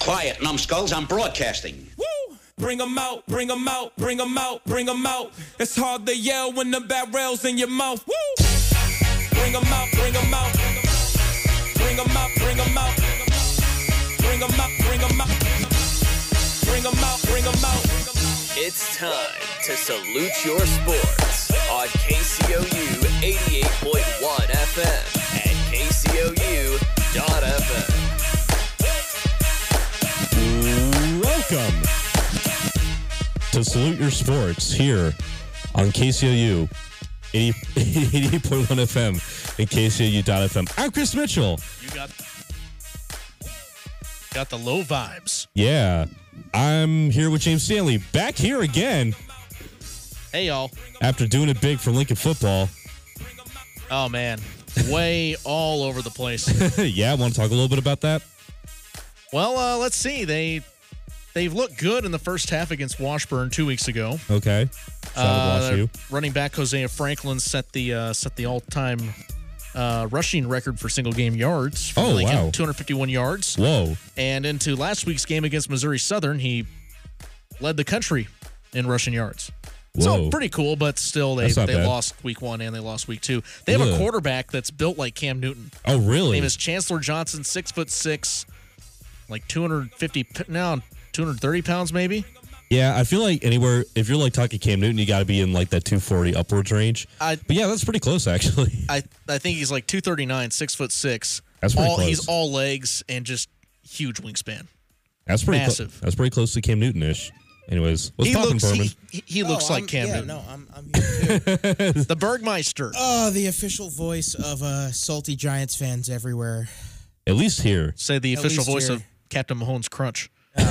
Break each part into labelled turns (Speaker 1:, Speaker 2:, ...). Speaker 1: Quiet, numbskulls, I'm broadcasting.
Speaker 2: Woo! Bring 'em out, bring 'em out, bring 'em out, bring 'em out. It's hard to yell when the barrel's in your mouth. Woo! Bring 'em out, bring 'em out. Bring 'em out, bring 'em out. Bring 'em out, bring 'em out. Bring 'em out, bring 'em out.
Speaker 3: It's time to salute your sports on KCOU 88.1 FM and KCOU.FM.
Speaker 4: Welcome to Salute Your Sports here on KCOU 80 80.1 FM and KCOU.FM. I'm Chris Mitchell.
Speaker 5: You got got the low vibes.
Speaker 4: Yeah, I'm here with James Stanley back here again
Speaker 5: Hey y'all.
Speaker 4: after doing it big for Lincoln football.
Speaker 5: Oh man, way all over the place.
Speaker 4: yeah, I want to talk a little bit about that.
Speaker 5: Well, uh, let's see. They they've looked good in the first half against Washburn two weeks ago.
Speaker 4: Okay. So I
Speaker 5: Uh,
Speaker 4: would watch you.
Speaker 5: Running back Hosea Franklin set the uh, set the all time. Uh, rushing record for single game yards. for
Speaker 4: Oh,
Speaker 5: Lincoln,
Speaker 4: wow.
Speaker 5: 251 yards.
Speaker 4: Whoa.
Speaker 5: And into last week's game against Missouri Southern, he led the country in rushing yards.
Speaker 4: Whoa.
Speaker 5: So pretty cool, but still they,
Speaker 4: That's not
Speaker 5: they
Speaker 4: bad.
Speaker 5: lost week one and they lost week two. They have
Speaker 4: Ugh.
Speaker 5: a quarterback that's built like Cam Newton.
Speaker 4: Oh, really?
Speaker 5: Name is Chancellor Johnson, six foot six, like 250 p- now 230 pounds maybe.
Speaker 4: Yeah, I feel like anywhere if you're like talking Cam Newton, you got to be in like that 240 upwards range.
Speaker 5: I-
Speaker 4: but yeah, that's pretty close actually.
Speaker 5: I I think he's like 239, six foot six.
Speaker 4: That's pretty
Speaker 5: all he's
Speaker 4: close.
Speaker 5: all legs and just huge wingspan.
Speaker 4: That's pretty clo-
Speaker 5: Massive.
Speaker 4: that's pretty close to Cam Newton ish. Anyways, what's
Speaker 5: he
Speaker 4: poppin',
Speaker 5: looks
Speaker 4: Berman?
Speaker 5: he, he- he looks
Speaker 6: Oh,
Speaker 5: like
Speaker 6: I'm-
Speaker 5: Cam
Speaker 6: yeah,
Speaker 5: Newton.
Speaker 6: No, I'm, I'm here too.
Speaker 5: The Bergmeister.
Speaker 6: oh, the official voice of uh, salty Giants fans everywhere.
Speaker 4: At least here.
Speaker 5: Say the
Speaker 6: At
Speaker 5: official
Speaker 6: least
Speaker 5: voice
Speaker 6: here.
Speaker 5: of Captain Mahone's crunch.
Speaker 6: How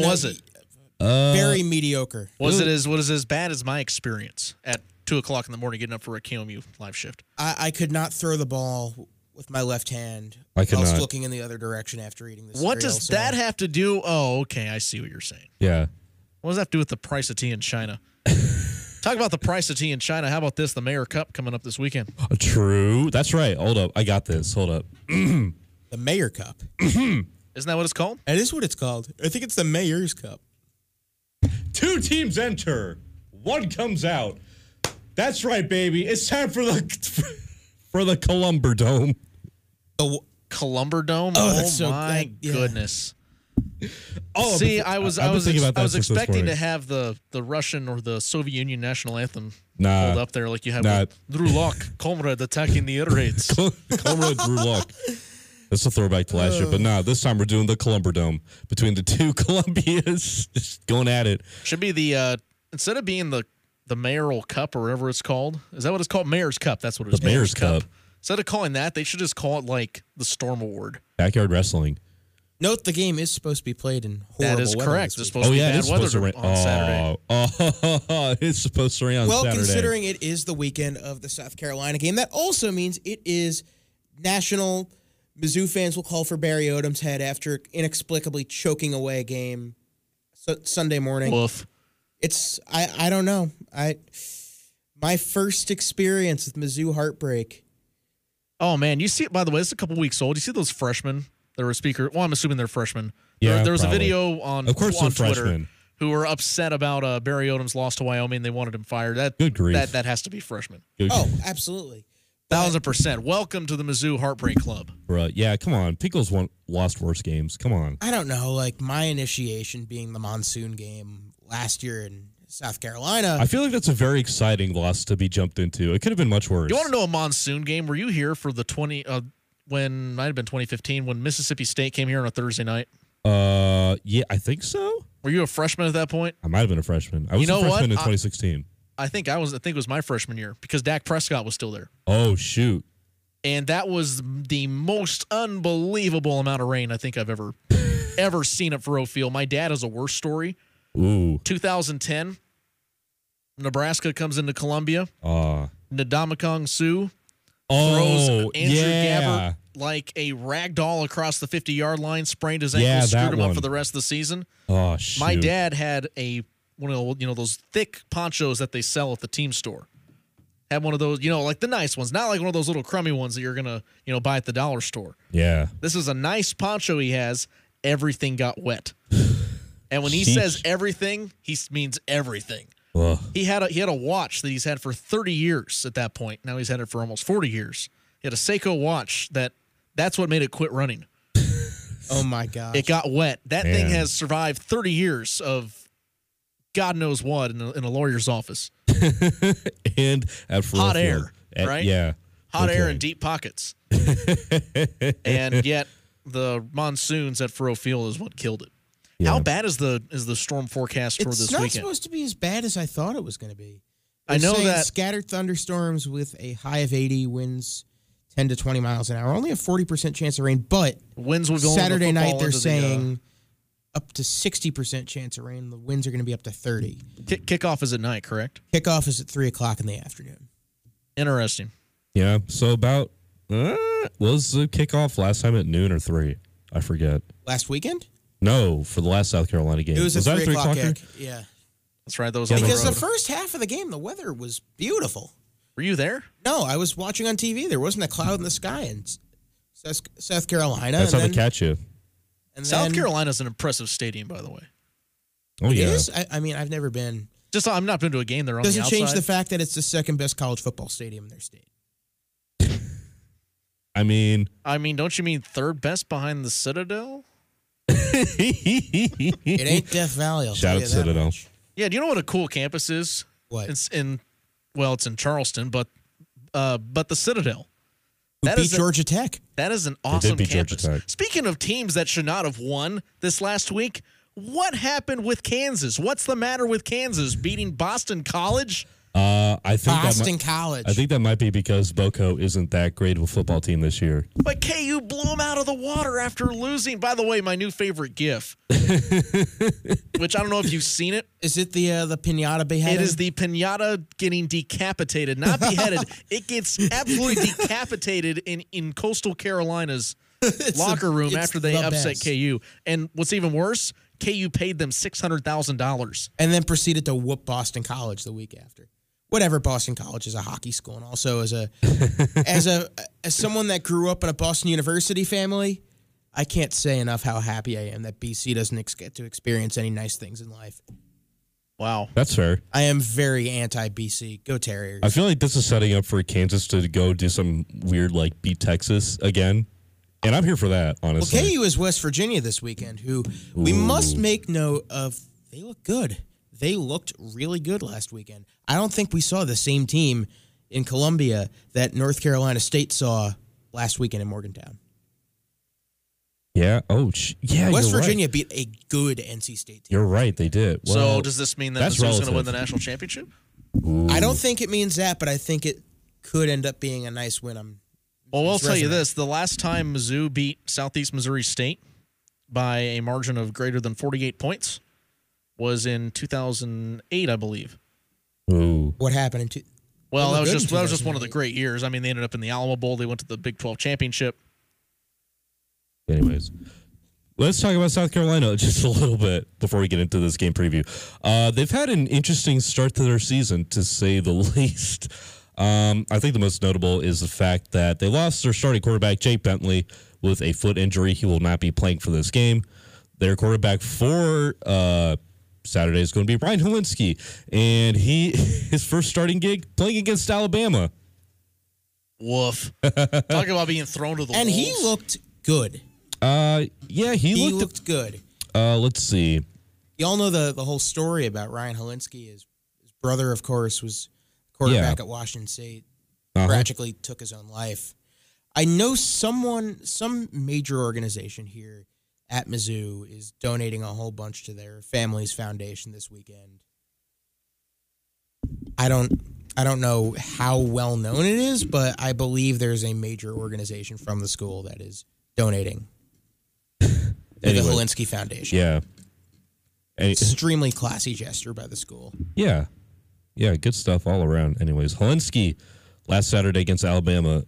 Speaker 5: was it?
Speaker 6: uh,
Speaker 4: Uh,
Speaker 6: very mediocre.
Speaker 5: Was it as was it as bad as my experience at two o'clock in the morning getting up for a KMU live shift?
Speaker 6: I, I could not throw the ball with my left hand.
Speaker 4: I could
Speaker 6: was
Speaker 4: not.
Speaker 6: looking in the other direction after eating this.
Speaker 5: What
Speaker 6: cereal,
Speaker 5: does
Speaker 6: so-
Speaker 5: that have to do? Oh, okay, I see what you're saying.
Speaker 4: Yeah.
Speaker 5: What does that have to do with the price of tea in China? Talk about the price of tea in China. How about this? The Mayor Cup coming up this weekend.
Speaker 4: Uh, True. That's right. Hold up. I got this. Hold up.
Speaker 6: The Mayor Cup.
Speaker 5: Isn't that what it's called?
Speaker 6: That is what it's called. I think it's the Mayor's Cup.
Speaker 4: Two teams enter. One comes out. That's right, baby. It's time for the for the Columber Dome.
Speaker 6: Oh,
Speaker 5: Columber Dome.
Speaker 6: Oh, that's so-
Speaker 5: my
Speaker 6: that- yeah.
Speaker 5: goodness.
Speaker 4: Oh, I've
Speaker 5: See,
Speaker 4: been-
Speaker 5: I was
Speaker 4: I've
Speaker 5: I
Speaker 4: been
Speaker 5: was
Speaker 4: thinking
Speaker 5: ex-
Speaker 4: about
Speaker 5: I
Speaker 4: that
Speaker 5: was
Speaker 4: since this
Speaker 5: expecting to
Speaker 4: morning.
Speaker 5: have the the Russian or the Soviet Union national anthem
Speaker 4: Nah.
Speaker 5: pulled up there like you have
Speaker 4: Nah.
Speaker 5: with Drulok, comrade attacking the air raids.
Speaker 4: Comrade Drew Luck. Uh. That's a throwback to last year, but nah, this time we're doing the Columber Dome between the two Columbias, just going at it.
Speaker 5: Should be the uh instead of being the the mayoral cup or whatever it's called. Is that what it's called? Mayor's cup. That's what it is.
Speaker 4: The Mayor's Cup.
Speaker 5: Instead of calling that, they should just call it like the Storm Award.
Speaker 4: Backyard wrestling.
Speaker 6: note the game is supposed to be played in horrible
Speaker 5: That is
Speaker 6: weather
Speaker 5: correct.
Speaker 6: this
Speaker 5: It's
Speaker 6: week.
Speaker 5: supposed
Speaker 4: oh
Speaker 5: to be
Speaker 4: yeah,
Speaker 5: bad
Speaker 4: it's
Speaker 5: weather
Speaker 4: supposed to rain.
Speaker 5: on Saturday.
Speaker 4: Oh, it's supposed to rain on
Speaker 6: Well,
Speaker 4: Saturday.
Speaker 6: considering it is the weekend of the South Carolina game, that also means it is national. Mizzou fans will call for Barry Odom's head after inexplicably choking away a game su- Sunday morning.
Speaker 5: Woof.
Speaker 6: It's I I don't know I my first experience with Mizzou heartbreak.
Speaker 5: Oh man, you see it by the way, this is a couple weeks old. You see those freshmen that were speaker well, I'm assuming they're freshmen. There-
Speaker 4: Yeah,
Speaker 5: there, was
Speaker 4: probably.
Speaker 5: a video on,
Speaker 4: Of course
Speaker 5: on
Speaker 4: they're
Speaker 5: Twitter
Speaker 4: freshmen.
Speaker 5: who were upset about uh, Barry Odom's loss to Wyoming. They wanted him fired. That
Speaker 4: Good grief.
Speaker 5: That that has to be freshman.
Speaker 6: Oh, absolutely.
Speaker 5: Thousand percent. Welcome to the Mizzou Heartbreak Club.
Speaker 4: Bruh, uh, yeah, come on. Pickles won- lost worse games. Come on.
Speaker 6: I don't know, like my initiation being the monsoon game last year in South Carolina.
Speaker 4: I feel like that's a very exciting loss to be jumped into. It could have been much worse.
Speaker 5: You want to know a monsoon game? Were you here for the 20 uh, when might have been 2015 when Mississippi State came here on a Thursday night?
Speaker 4: Uh, yeah, I think so.
Speaker 5: Were you a freshman at that point?
Speaker 4: I might have been a freshman. I was
Speaker 5: know
Speaker 4: a freshman
Speaker 5: what?
Speaker 4: in
Speaker 5: I-
Speaker 4: 2016.
Speaker 5: I think I was I think it was my freshman year because Dak Prescott was still there.
Speaker 4: Oh shoot.
Speaker 5: And that was the most unbelievable amount of rain I think I've ever ever seen at Faroe Field. My dad has a worse story.
Speaker 4: Ooh.
Speaker 5: 2010 Nebraska comes into Columbia.
Speaker 4: Uh,
Speaker 5: Ndamukong Sue throws
Speaker 4: oh.
Speaker 5: Andrew
Speaker 4: yeah.
Speaker 5: Gabbert like a rag doll across the 50 yard line, sprained his ankle,
Speaker 4: Yeah, that
Speaker 5: screwed him
Speaker 4: one.
Speaker 5: up for the rest of the season.
Speaker 4: Oh shoot.
Speaker 5: My dad had a one of the, you know those thick ponchos that they sell at the team store. Had one of those, you know, like the nice ones, not like one of those little crummy ones that you're gonna, you know, buy at the dollar store.
Speaker 4: Yeah.
Speaker 5: This is a nice poncho he has, everything got wet. And when he
Speaker 4: Sheesh.
Speaker 5: says everything, he s- means everything.
Speaker 4: Ugh.
Speaker 5: He had a he had a watch that he's had for 30 years at that point. Now he's had it for almost 40 years. He had a Seiko watch that that's what made it quit running.
Speaker 6: Oh my god.
Speaker 5: It got wet. That thing
Speaker 4: Man.
Speaker 5: has survived 30 years of God knows what in a, in a lawyer's office.
Speaker 4: and at
Speaker 5: Hot air,
Speaker 4: At-
Speaker 5: right?
Speaker 4: Yeah.
Speaker 5: Hot air
Speaker 4: Okay.
Speaker 5: and deep pockets. and yet the monsoons at Furrow Field is what killed it. How bad is the is the storm forecast for
Speaker 6: it's
Speaker 5: this
Speaker 6: not
Speaker 5: weekend?
Speaker 6: supposed to be as bad as I thought it was going to be.
Speaker 5: I
Speaker 6: They're
Speaker 5: know
Speaker 6: saying
Speaker 5: that-
Speaker 6: scattered thunderstorms with a high of 80 winds 10 to 20 miles an hour. Only a 40% chance of rain, but
Speaker 5: Winds will be blowing the
Speaker 6: Saturday night
Speaker 5: football
Speaker 6: they're
Speaker 5: into the, uh,
Speaker 6: saying up to 60% chance of rain. The winds are going to be up to 30.
Speaker 5: Ki- kickoff is at night, correct?
Speaker 6: Kickoff is at 3 o'clock in the afternoon.
Speaker 5: Interesting.
Speaker 4: Yeah. So about uh, was the kickoff last time at noon or three? I forget.
Speaker 6: Last weekend?
Speaker 4: No, for the last South Carolina game.
Speaker 6: It was,
Speaker 4: that
Speaker 6: a 3 o'clock
Speaker 4: three-o'clocker?
Speaker 6: kick. Yeah.
Speaker 5: That's right. That was on the
Speaker 6: Because the
Speaker 5: road.
Speaker 6: first half of the game, the weather was beautiful.
Speaker 5: Were you there?
Speaker 6: No, I was watching on TV. There wasn't a cloud in the sky in S- Sus- South Carolina.
Speaker 4: That's how
Speaker 6: and
Speaker 4: they
Speaker 6: then-
Speaker 4: catch you.
Speaker 6: and
Speaker 5: South
Speaker 6: then-
Speaker 5: Carolina's an impressive stadium, by the way.
Speaker 4: Oh yeah.
Speaker 6: It is. I, I mean, I've never been.
Speaker 5: Just I've not been to a game there on
Speaker 6: Doesn't
Speaker 5: the outside.
Speaker 6: change the fact that it's the second best college football stadium in their state.
Speaker 4: I mean,
Speaker 5: I mean, don't you mean third best behind the Citadel?
Speaker 6: It ain't Death Valley. I'll
Speaker 4: Shout
Speaker 6: tell
Speaker 4: out
Speaker 6: you that
Speaker 4: Citadel.
Speaker 6: much.
Speaker 5: Yeah, do you know what a cool campus is?
Speaker 6: What?
Speaker 5: It's in well, it's in Charleston, but uh but the Citadel.
Speaker 6: Who
Speaker 5: That
Speaker 6: beat
Speaker 5: is a-
Speaker 6: Georgia Tech.
Speaker 5: That is an awesome
Speaker 4: beat Georgia
Speaker 5: campus.
Speaker 4: Tech.
Speaker 5: Speaking of teams that should not have won this last week, what happened with Kansas? What's the matter with Kansas beating Boston College?
Speaker 4: uh, I think that
Speaker 6: Boston
Speaker 4: might,
Speaker 6: College.
Speaker 4: I think that might be because Boco isn't that great of a football team this year.
Speaker 5: But KU blew them out of the water after losing. By the way, my new favorite GIF, which I don't know if you've seen it.
Speaker 6: is it the uh, the pinata beheading?
Speaker 5: It is the pinata getting decapitated, not beheaded. it gets absolutely decapitated in, in coastal Carolina's locker room
Speaker 6: it's
Speaker 5: after they
Speaker 6: the
Speaker 5: upset
Speaker 6: best.
Speaker 5: KU. And what's even worse, KU paid them six hundred thousand dollars.
Speaker 6: and then proceeded to whoop Boston College the week after. Whatever, Boston College is a hockey school, and also as a as a as someone that grew up in a Boston University family, I can't say enough how happy I am that BC doesn't ex- get to experience any nice things in life.
Speaker 5: Wow.
Speaker 4: That's fair.
Speaker 6: I am very anti BC. Go Terriers.
Speaker 4: I feel like this is setting up for Kansas to go do some weird like beat Texas again, and I'm here for that
Speaker 6: Well,
Speaker 4: honestly.
Speaker 6: KU is West Virginia this weekend, who we must make note of. They look good. They looked really good last weekend. I don't think we saw the same team in Columbia that North Carolina State saw last weekend in Morgantown.
Speaker 4: yeah. Oh, sh- yeah.
Speaker 6: West
Speaker 4: you're right.
Speaker 6: Virginia beat a good NC State team.
Speaker 4: You're right. They did.
Speaker 5: So
Speaker 4: Well,
Speaker 5: does this mean that
Speaker 4: that's
Speaker 5: Mizzou's going to win the
Speaker 4: relative.
Speaker 5: national championship?
Speaker 6: I don't think it means that, but I think it could end up being a nice win. Um, I'm
Speaker 5: Well, I'll
Speaker 6: It's
Speaker 5: tell you
Speaker 6: resume.
Speaker 5: this: the last time Mizzou beat Southeast Missouri State by a margin of greater than forty-eight points was in two thousand eight, I believe.
Speaker 4: Ooh.
Speaker 6: what happened in two.
Speaker 5: Well,
Speaker 6: They
Speaker 5: that
Speaker 6: were
Speaker 5: was
Speaker 6: good
Speaker 5: just
Speaker 6: in
Speaker 5: that was just one of the
Speaker 6: 2008.
Speaker 5: great years. I mean, they ended up in the Alamo Bowl. They went to the Big Twelve championship.
Speaker 4: Anyways, let's talk about South Carolina just a little bit before we get into this game preview. Uh, they've had an interesting start to their season, to say the least. Um, I think the most notable is the fact that they lost their starting quarterback, Jake Bentley, with a foot injury. He will not be playing for this game. Their quarterback for uh, Saturday is going to be Brian Helinski, and he his first starting gig playing against Alabama.
Speaker 5: Woof! Talk about being thrown to the
Speaker 6: And he
Speaker 5: wolves.
Speaker 6: looked good.
Speaker 4: Uh, yeah, he,
Speaker 6: He
Speaker 4: looked.
Speaker 6: looked good.
Speaker 4: uh, let's see.
Speaker 6: Y'all know the the whole story about Ryan Helinski. His, his brother, of course, was quarterback at Washington State.
Speaker 4: Uh-huh.
Speaker 6: Tragically took his own life. I know someone, some major organization here at Mizzou is donating a whole bunch to their family's foundation this weekend. I don't, I don't know how well known it is, but I believe there's a major organization from the school that is donating to
Speaker 4: Anyway.
Speaker 6: the Helinski Foundation.
Speaker 4: Yeah. Any-
Speaker 6: Extremely classy gesture by the school.
Speaker 4: Yeah. Yeah, good stuff all around. Anyways, Helinski last Saturday against Alabama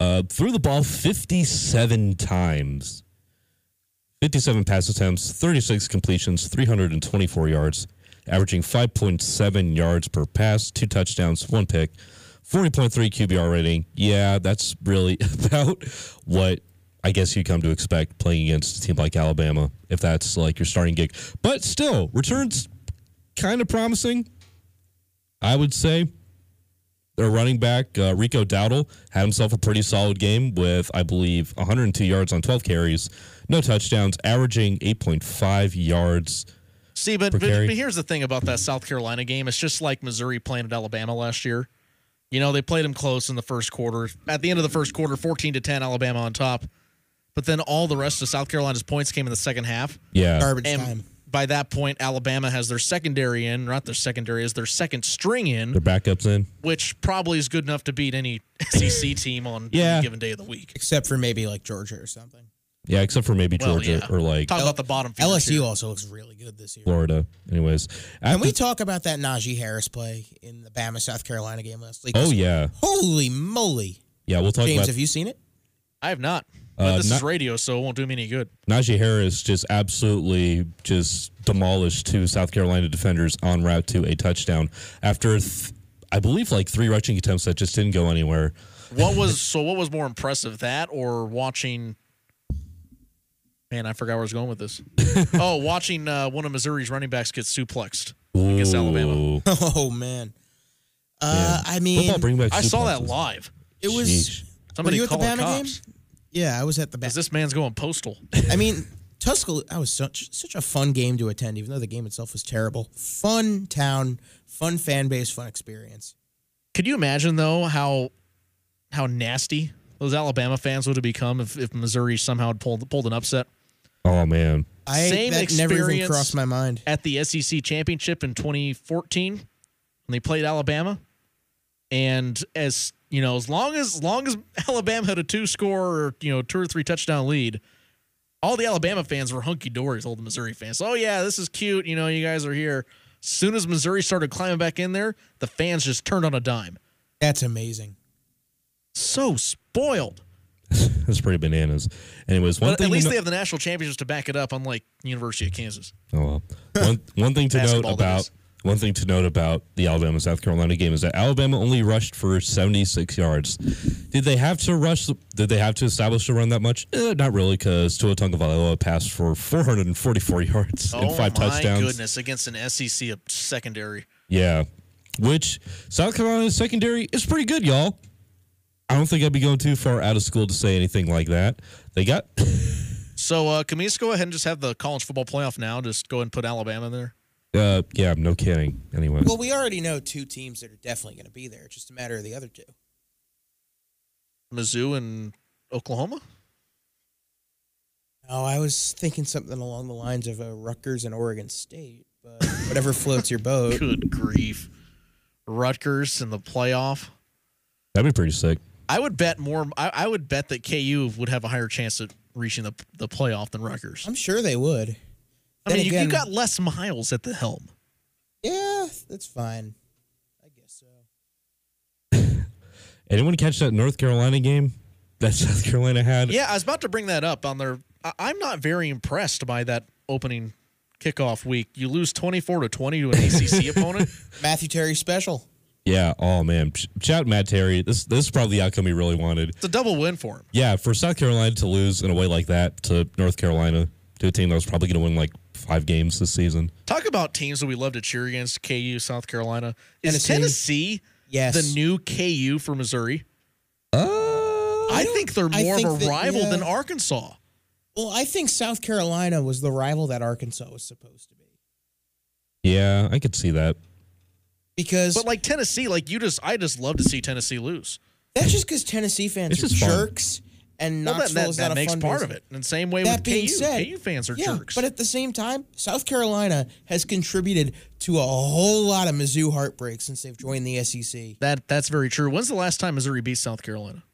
Speaker 4: uh, threw the ball 57 times. 57 pass attempts, 36 completions, 324 yards, averaging 5.7 yards per pass, two touchdowns, one pick, 40.3 QBR rating. Yeah, that's really about what I guess you come to expect playing against a team like Alabama if that's like your starting gig. But still, returns kind of promising. I would say their running back uh, Rico Dowdle had himself a pretty solid game with I believe 102 yards on 12 carries, no touchdowns, averaging 8.5 yards.
Speaker 5: See, but, but,
Speaker 4: carry.
Speaker 5: but here's the thing about that South Carolina game. It's just like Missouri playing at Alabama last year. You know, they played them close in the first quarter. At the end of the first quarter, 14 to 10, Alabama on top. But then all the rest of South Carolina's points came in the second half.
Speaker 4: Yeah.
Speaker 6: Garbage
Speaker 5: And
Speaker 6: time.
Speaker 5: by that point, Alabama has their secondary in, not their secondary, is their second string in,
Speaker 4: Their backups in.
Speaker 5: which probably is good enough to beat any SEC team on
Speaker 4: Yeah.
Speaker 5: any given day of the week.
Speaker 6: Except for maybe like Georgia or something.
Speaker 4: Yeah, except for maybe
Speaker 5: Well,
Speaker 4: Georgia
Speaker 5: yeah.
Speaker 4: or like
Speaker 5: Talk about the bottom. feeders
Speaker 6: LSU
Speaker 5: here.
Speaker 6: also looks really good this year.
Speaker 4: Florida. Anyways,
Speaker 6: Can
Speaker 4: after-
Speaker 6: we talk about that Najee Harris play in the Bama South Carolina game last week?
Speaker 4: oh yeah,
Speaker 6: Holy moly.
Speaker 4: yeah. We'll talk
Speaker 6: James,
Speaker 4: about
Speaker 6: have you seen it?
Speaker 5: I have not. But
Speaker 4: Uh,
Speaker 5: this
Speaker 4: not-
Speaker 5: is radio, so it won't do me any good.
Speaker 4: Najee Harris just absolutely just demolished two South Carolina defenders en route to a touchdown after th- I believe like three rushing attempts that just didn't go anywhere.
Speaker 5: What was so? What was more impressive, that or watching? Man, I forgot where I was going with this. oh, watching uh, one of Missouri's running backs get suplexed against Alabama.
Speaker 4: Ooh,
Speaker 6: Oh man. Uh,
Speaker 4: man.
Speaker 6: I mean,
Speaker 4: Football bring back
Speaker 5: I saw that
Speaker 4: suplexes.
Speaker 5: live.
Speaker 6: it was.
Speaker 4: Sheesh.
Speaker 5: Somebody
Speaker 6: Were you at the
Speaker 5: called
Speaker 6: Bama
Speaker 5: cops.
Speaker 6: game? Yeah, I was at the back.
Speaker 5: Because this man's going postal.
Speaker 6: I mean, Tuscaloosa. That was such such a fun game to attend, even though the game itself was terrible. Fun town, fun fan base, fun experience.
Speaker 5: Could you imagine though how how nasty those Alabama fans would have become if, if Missouri somehow had pulled pulled an upset
Speaker 4: Oh man,
Speaker 6: I
Speaker 5: Same
Speaker 6: that never even
Speaker 5: experience.
Speaker 6: crossed my mind.
Speaker 5: at the SEC championship in 2014 when they played Alabama, and as you know, as long as, as long as Alabama had a two score or you know two or three touchdown lead. All the Alabama fans were hunky dory, told the Missouri fans. Oh yeah, this is cute. You know, you guys are here. Soon as Missouri started climbing back in there, the fans just turned on a dime.
Speaker 6: That's amazing.
Speaker 5: So spoiled.
Speaker 4: that's pretty bananas. Anyways, one
Speaker 5: But
Speaker 4: thing
Speaker 5: at
Speaker 4: to
Speaker 5: least
Speaker 4: no-
Speaker 5: they have the national championships to back it up, unlike University of Kansas.
Speaker 4: Oh well. One one thing to note
Speaker 5: Basketball, that
Speaker 4: about
Speaker 5: is.
Speaker 4: one thing to note about the Alabama South Carolina game is that Alabama only rushed for 76 yards. Did they have to rush? the- Did they have to establish the run that much? Eh, not really, because Tua Tagovailoa passed for 444 yards and five
Speaker 5: Oh my
Speaker 4: touchdowns.
Speaker 5: goodness, against an SEC secondary.
Speaker 4: Yeah, which South Carolina's secondary is pretty good, y'all. I don't think I'd be going too far out of school to say anything like that. They got
Speaker 5: So uh, can we just go ahead and just have the college football playoff now? Just go ahead and put Alabama in there.
Speaker 4: uh, yeah, no kidding. Anyway,
Speaker 6: Well, we already know two teams that are definitely going to be there. It's just a matter of the other two.
Speaker 5: Mizzou and Oklahoma.
Speaker 6: Oh, I was thinking something along the lines of uh, Rutgers and Oregon State, but whatever floats your boat.
Speaker 5: Good grief, Rutgers in the playoff.
Speaker 4: that'd be pretty sick.
Speaker 5: I would bet more. I, I would bet that KU would have a higher chance at reaching the the playoff than Rutgers.
Speaker 6: I'm sure they would.
Speaker 5: I
Speaker 6: Then
Speaker 5: mean, you, you
Speaker 6: again-
Speaker 5: got less miles at the helm.
Speaker 6: Yeah, that's fine. I guess so.
Speaker 4: Anyone catch that North Carolina game that South Carolina had?
Speaker 5: Yeah, I was about to bring that up on their. I- I'm not very impressed by that opening kickoff week. You lose 24 to 20 to an ACC opponent.
Speaker 6: Matthew Terry special.
Speaker 4: Yeah. Oh man. Sh- Shout out Matt Terry. This this is probably the outcome he really wanted.
Speaker 5: It's a double win for him.
Speaker 4: Yeah, for South Carolina to lose in a way like that to North Carolina, to a team that was probably going to win like five games this season.
Speaker 5: Talk about teams that we love to cheer against: KU, South Carolina. Is
Speaker 6: Tennessee.
Speaker 5: Tennessee,
Speaker 6: Yes.
Speaker 5: the new KU for Missouri?
Speaker 4: Uh,
Speaker 5: I think they're
Speaker 6: I
Speaker 5: more
Speaker 6: think
Speaker 5: of a
Speaker 6: that,
Speaker 5: rival
Speaker 6: yeah.
Speaker 5: than Arkansas.
Speaker 6: Well, I think South Carolina was the rival that Arkansas was supposed to be
Speaker 4: yeah, I could see that.
Speaker 6: because
Speaker 5: But like Tennessee, like you just, I just love to see Tennessee lose.
Speaker 6: that's just because Tennessee fans
Speaker 4: This
Speaker 6: are
Speaker 4: is fun.
Speaker 6: jerks, and
Speaker 5: Well, that,
Speaker 6: Knoxville
Speaker 5: that,
Speaker 6: is
Speaker 5: that
Speaker 6: not a
Speaker 5: makes
Speaker 6: fun
Speaker 5: part
Speaker 6: place.
Speaker 5: of it. And same way
Speaker 6: That
Speaker 5: with
Speaker 6: being
Speaker 5: KU.
Speaker 6: said,
Speaker 5: KU fans are
Speaker 6: yeah,
Speaker 5: jerks.
Speaker 6: but at the same time, South Carolina has contributed to a whole lot of Mizzou heartbreak since they've joined the E SEC.
Speaker 5: that that's very true. When's the last time Missouri beat South Carolina?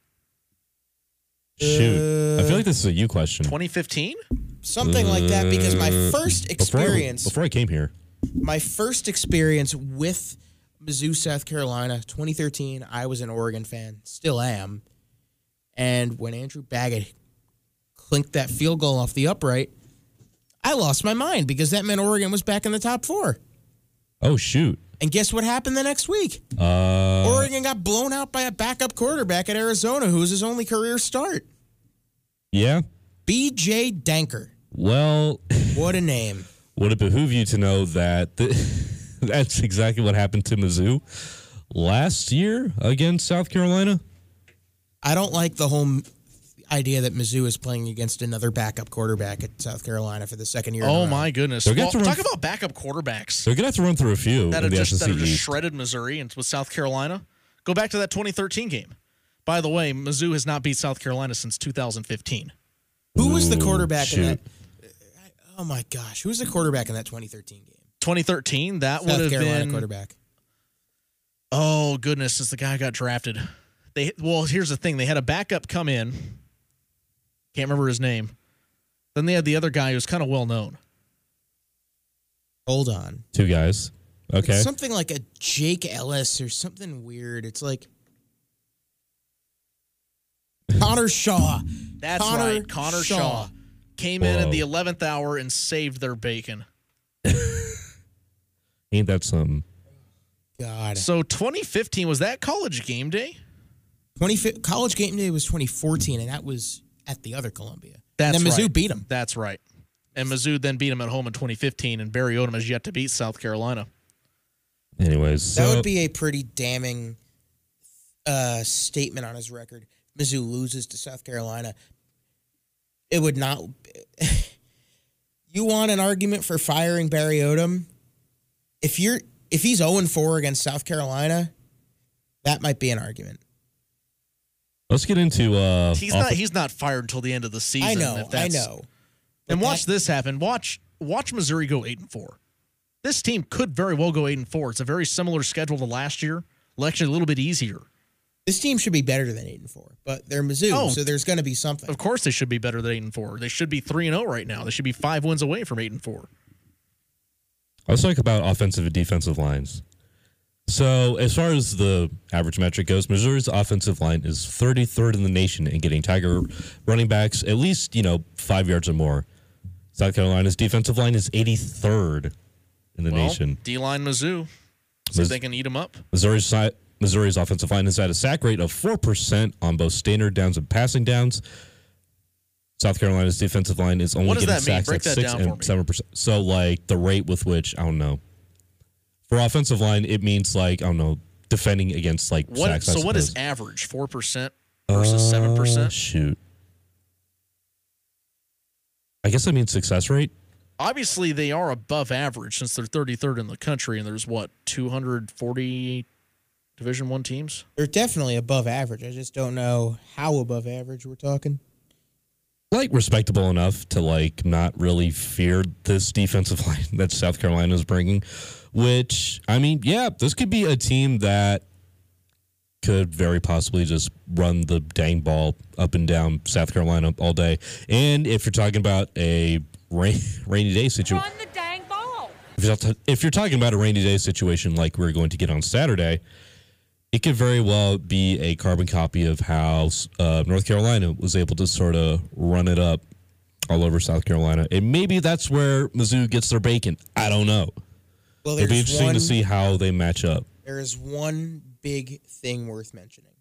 Speaker 4: Shoot, I feel like this is a you question.
Speaker 5: 2015.
Speaker 6: Something like that, because my first
Speaker 4: Mm, Before I-
Speaker 6: experience,
Speaker 4: before I came here.
Speaker 6: my first experience with Mizzou, South Carolina, 2013, I was an Oregon fan, still am. And when Andrew Baggett clinked that field goal off the upright, I lost my mind because that meant Oregon was back in the top four.
Speaker 4: Oh shoot.
Speaker 6: And guess what happened the next week?
Speaker 4: Uh,
Speaker 6: Oregon got blown out by a backup quarterback at Arizona, who was his only career start.
Speaker 4: Yeah.
Speaker 6: B.J. Danker.
Speaker 4: Well,
Speaker 6: What a name.
Speaker 4: would it behoove you to know that th- that's exactly what happened to Mizzou last year against South Carolina?
Speaker 6: I don't like the whole m- idea that Mizzou is playing against another backup quarterback at South Carolina for the second year. in a
Speaker 5: Oh
Speaker 6: row.
Speaker 5: my goodness!
Speaker 4: They're gonna
Speaker 5: Well,
Speaker 4: have to run
Speaker 5: talk about backup quarterbacks
Speaker 4: They're gonna have to run through a few
Speaker 5: that have
Speaker 4: in the
Speaker 5: just
Speaker 4: SEC
Speaker 5: that have just
Speaker 4: East.
Speaker 5: shredded Missouri and with South Carolina. Go back to that 2013 game. By the way, Mizzou has not beat South Carolina since 2015.
Speaker 6: Who was the
Speaker 4: Ooh,
Speaker 6: quarterback in that?
Speaker 4: shoot.
Speaker 6: Oh my gosh, who was the quarterback in that 2013 game?
Speaker 5: 2013, that would
Speaker 6: South
Speaker 5: have
Speaker 6: Carolina
Speaker 5: been
Speaker 6: quarterback.
Speaker 5: Oh goodness, since the guy got drafted. They well, here's the thing. They had a backup come in. Can't remember his name. Then they had the other guy who's kind of well known.
Speaker 6: Hold on.
Speaker 4: Two guys. Okay.
Speaker 6: It's something like a Jake Ellis or something weird. It's like Connor Shaw.
Speaker 5: That's
Speaker 6: Connor
Speaker 5: right. Connor Shaw,
Speaker 6: Shaw.
Speaker 5: came in at
Speaker 4: Whoa.
Speaker 5: the 11th hour and saved their bacon.
Speaker 4: Ain't that some?
Speaker 6: God.
Speaker 5: So 2015 was that college game day?
Speaker 6: 25 college game day was 2014 and that was at the other Columbia.
Speaker 5: That's
Speaker 6: and then Mizzou
Speaker 5: right.
Speaker 6: beat him.
Speaker 5: That's right. And Mizzou then beat him at home in 2015, and Barry Odom has yet to beat South Carolina.
Speaker 4: Anyways,
Speaker 6: that
Speaker 4: so-
Speaker 6: would be a pretty damning uh, statement on his record. Mizzou loses to South Carolina. It would not. you want an argument for firing Barry Odom? If you're if he's 0 4 against South Carolina, that might be an argument.
Speaker 4: Let's get into. Uh,
Speaker 5: He's
Speaker 4: off-
Speaker 5: not. He's not fired until the end of the season.
Speaker 6: I know,
Speaker 5: if
Speaker 6: I
Speaker 5: that's-
Speaker 6: know.
Speaker 5: And
Speaker 6: But
Speaker 5: watch
Speaker 6: that-
Speaker 5: this happen. Watch watch Missouri go eight and four. This team could very well go eight and four. It's a very similar schedule to last year. Well, Actually, a little bit easier.
Speaker 6: This team should be better than 8 and 4, but they're Mizzou,
Speaker 5: Oh.
Speaker 6: so there's going to be something.
Speaker 5: Of course, they should be better than eight and four. They should be three and zero right now. They should be five wins away from eight and four.
Speaker 4: Let's talk about offensive and defensive lines. So, as far as the average metric goes, Missouri's offensive line is 33rd in the nation in getting Tiger running backs at least, you know, five yards or more. South Carolina's defensive line is 83rd in the nation.
Speaker 5: D line Mizzou. So
Speaker 4: Miz-
Speaker 5: they can eat them up.
Speaker 4: Missouri's si- Missouri's offensive line has had a sack rate of four percent on both standard downs and passing downs. South Carolina's defensive line is only
Speaker 5: What does
Speaker 4: getting
Speaker 5: that mean?
Speaker 4: sacks
Speaker 5: Break
Speaker 4: at
Speaker 5: that
Speaker 4: six
Speaker 5: down for me.
Speaker 4: and seven percent. So like the rate with which I don't know. For offensive line, it means like I don't know defending against like
Speaker 5: What?
Speaker 4: sacks. I
Speaker 5: so what is
Speaker 4: suppose.
Speaker 5: average? Four percent versus seven
Speaker 4: Uh,
Speaker 5: percent.
Speaker 4: shoot. I guess I mean success rate.
Speaker 5: Obviously, they are above average since they're thirty third in the country, and there's what two hundred forty Division One teams.
Speaker 6: They're definitely above average. I just don't know how above average we're talking.
Speaker 4: like respectable enough to like not really fear this defensive line that South Carolina is bringing. Which I mean, yeah, this could be a team that could very possibly just run the dang ball up and down South Carolina all day. And if you're talking about a rain, rainy day situation,
Speaker 7: Run the dang ball.
Speaker 4: if you're, ta- if you're talking about a rainy day situation like we're going to get on Saturday, it could very well be a carbon copy of how uh, North Carolina was able to sort of run it up all over South Carolina. And maybe that's where Mizzou gets their bacon. I don't know.
Speaker 6: Well,
Speaker 4: It'll be
Speaker 6: there's
Speaker 4: interesting
Speaker 6: one-
Speaker 4: to see how they match up.
Speaker 6: There is one big thing worth mentioning.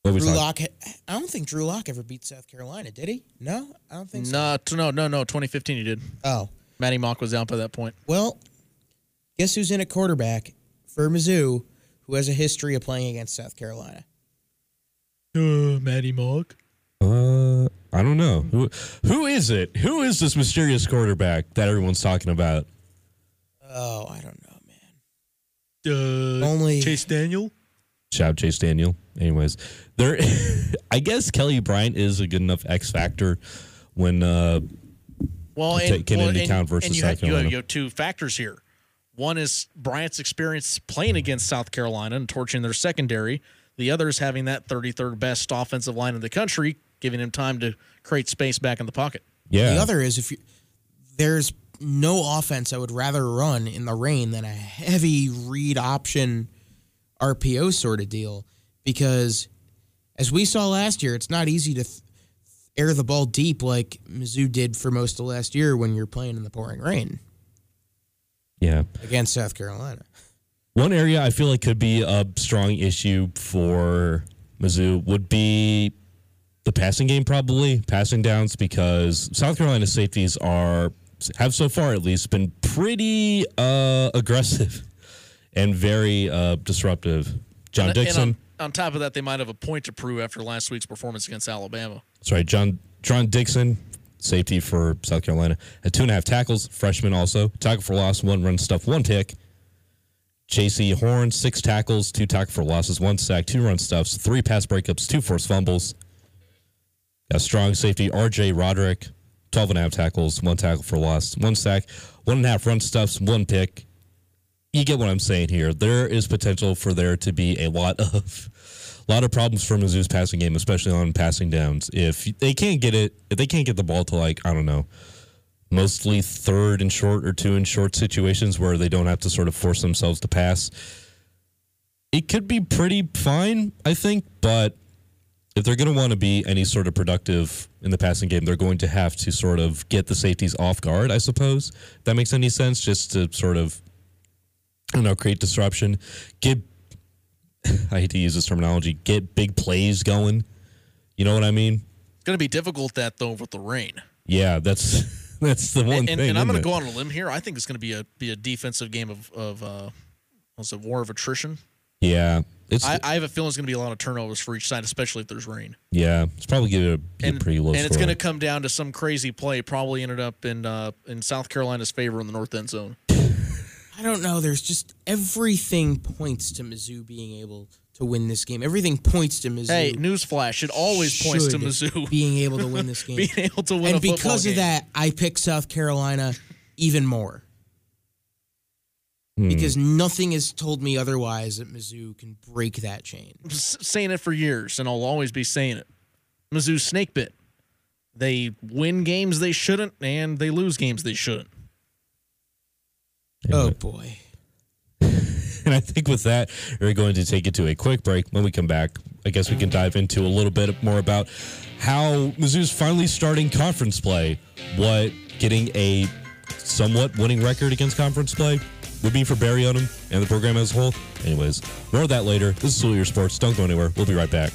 Speaker 4: What we
Speaker 6: Drew
Speaker 4: talk-
Speaker 6: Lock. I don't think Drew Lock ever beat South Carolina, did he? No, I don't think so.
Speaker 5: No, t- no, no, no. 2015, he did.
Speaker 6: Oh,
Speaker 5: Matty Mock was out by that point.
Speaker 6: well, guess who's in at quarterback for Mizzou, who has a history of playing against South Carolina?
Speaker 5: Uh, Matty Mock.
Speaker 4: Uh, I don't know. Who, who is it? Who is this mysterious quarterback that everyone's talking about?
Speaker 6: Oh, I don't know, man.
Speaker 5: Uh,
Speaker 6: Only
Speaker 5: Daniel.
Speaker 4: Shout out Chase Daniel. Anyways, there. I guess Kelly Bryant is a good enough X factor when uh,
Speaker 5: Well,
Speaker 4: To
Speaker 5: and,
Speaker 4: take it
Speaker 5: well,
Speaker 4: into
Speaker 5: and-
Speaker 4: account versus
Speaker 5: and you,
Speaker 4: South
Speaker 5: have, you, have,
Speaker 4: Carolina.
Speaker 5: you have two factors here. One is Bryant's experience playing against South Carolina and torching their secondary. The other is having that 33rd best offensive line in the country, giving him time to create space back in the pocket.
Speaker 4: yeah.
Speaker 6: the other is if you there's no offense I would rather run in the rain than a heavy read option RPO sort of deal because as we saw last year, it's not easy to th- air the ball deep like Mizzou did for most of last year when you're playing in the pouring rain
Speaker 4: yeah.
Speaker 6: against South Carolina.
Speaker 4: One area I feel like could be a strong issue for Mizzou would be the passing game probably passing downs because South Carolina safeties are have so far at least been pretty uh, aggressive and very uh, disruptive. John
Speaker 5: And- and
Speaker 4: Uh, Dixon,
Speaker 5: on, on top of that, they might have a point to prove after last week's performance against Alabama.
Speaker 4: sorry, John John Dixon, safety for South Carolina, had two and a half tackles. Freshman also tackle for loss, one run stuff, one pick. J.C. Horn, six tackles, two tackle for losses, one sack, two run stuffs, three pass breakups, two forced fumbles. Got strong safety R.J. Roderick, 12 and a half tackles, one tackle for loss, one sack, one and a half run stuffs, one pick. You get what I'm saying here. There is potential for there to be a lot of a lot of problems for Mizzou's passing game, especially on passing downs. If they can't get it, if they can't get the ball to like I don't know, mostly third and short or two and short situations where they don't have to sort of force themselves to pass. It could be pretty fine, I think, but if they're going to want to be any sort of productive in the passing game, they're going to have to sort of get the safeties off guard, I suppose. If that makes any sense, just to sort of, I don't know, create disruption, get, I hate to use this terminology, get big plays going. You know what I mean?
Speaker 5: It's going to be difficult that though with the rain.
Speaker 4: Yeah, that's that's the one
Speaker 5: And, and,
Speaker 4: thing.
Speaker 5: and I'm going
Speaker 4: isn't
Speaker 5: to
Speaker 4: it?
Speaker 5: go on a limb here. I think it's going to be a be a defensive game of of uh, what's it, war of attrition.
Speaker 4: Yeah, it's
Speaker 5: I, I have a feeling it's going to be a lot of turnovers for each side, especially if there's rain.
Speaker 4: Yeah, it's probably going to be a
Speaker 5: And,
Speaker 4: pretty low
Speaker 5: and it's
Speaker 4: score.
Speaker 5: going to come down to some crazy play. Probably ended up in uh, in South Carolina's favor in the north end zone.
Speaker 6: I don't know. There's just everything points to Mizzou being able to win this game. Everything points to Mizzou.
Speaker 5: Hey, newsflash! It always points to
Speaker 6: should
Speaker 5: Mizzou being,
Speaker 6: being able to win this game.
Speaker 5: able to win. a
Speaker 6: and
Speaker 5: football
Speaker 6: because of
Speaker 5: game.
Speaker 6: that, I pick South Carolina even more
Speaker 4: Hmm.
Speaker 6: because nothing has told me otherwise that Mizzou can break that chain.
Speaker 5: s- saying it for years, and I'll always be saying it. Mizzou snake bit. They win games they shouldn't, and they lose games they shouldn't.
Speaker 6: Oh boy.
Speaker 4: And I think with that, we're going to take it to a quick break. When we come back, I guess we can dive into a little bit more about how Mizzou's finally starting conference play, what getting a somewhat winning record against conference play would mean for Barry Odom and the program as a whole. Anyways, more of that later. This is Soul Your Sports. Don't go anywhere. We'll be right back.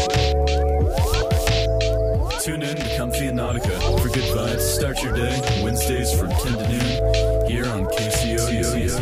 Speaker 8: Tune in to Comfy and Nautica for good vibes. Start your day Wednesdays from 10 to noon here on KCOU.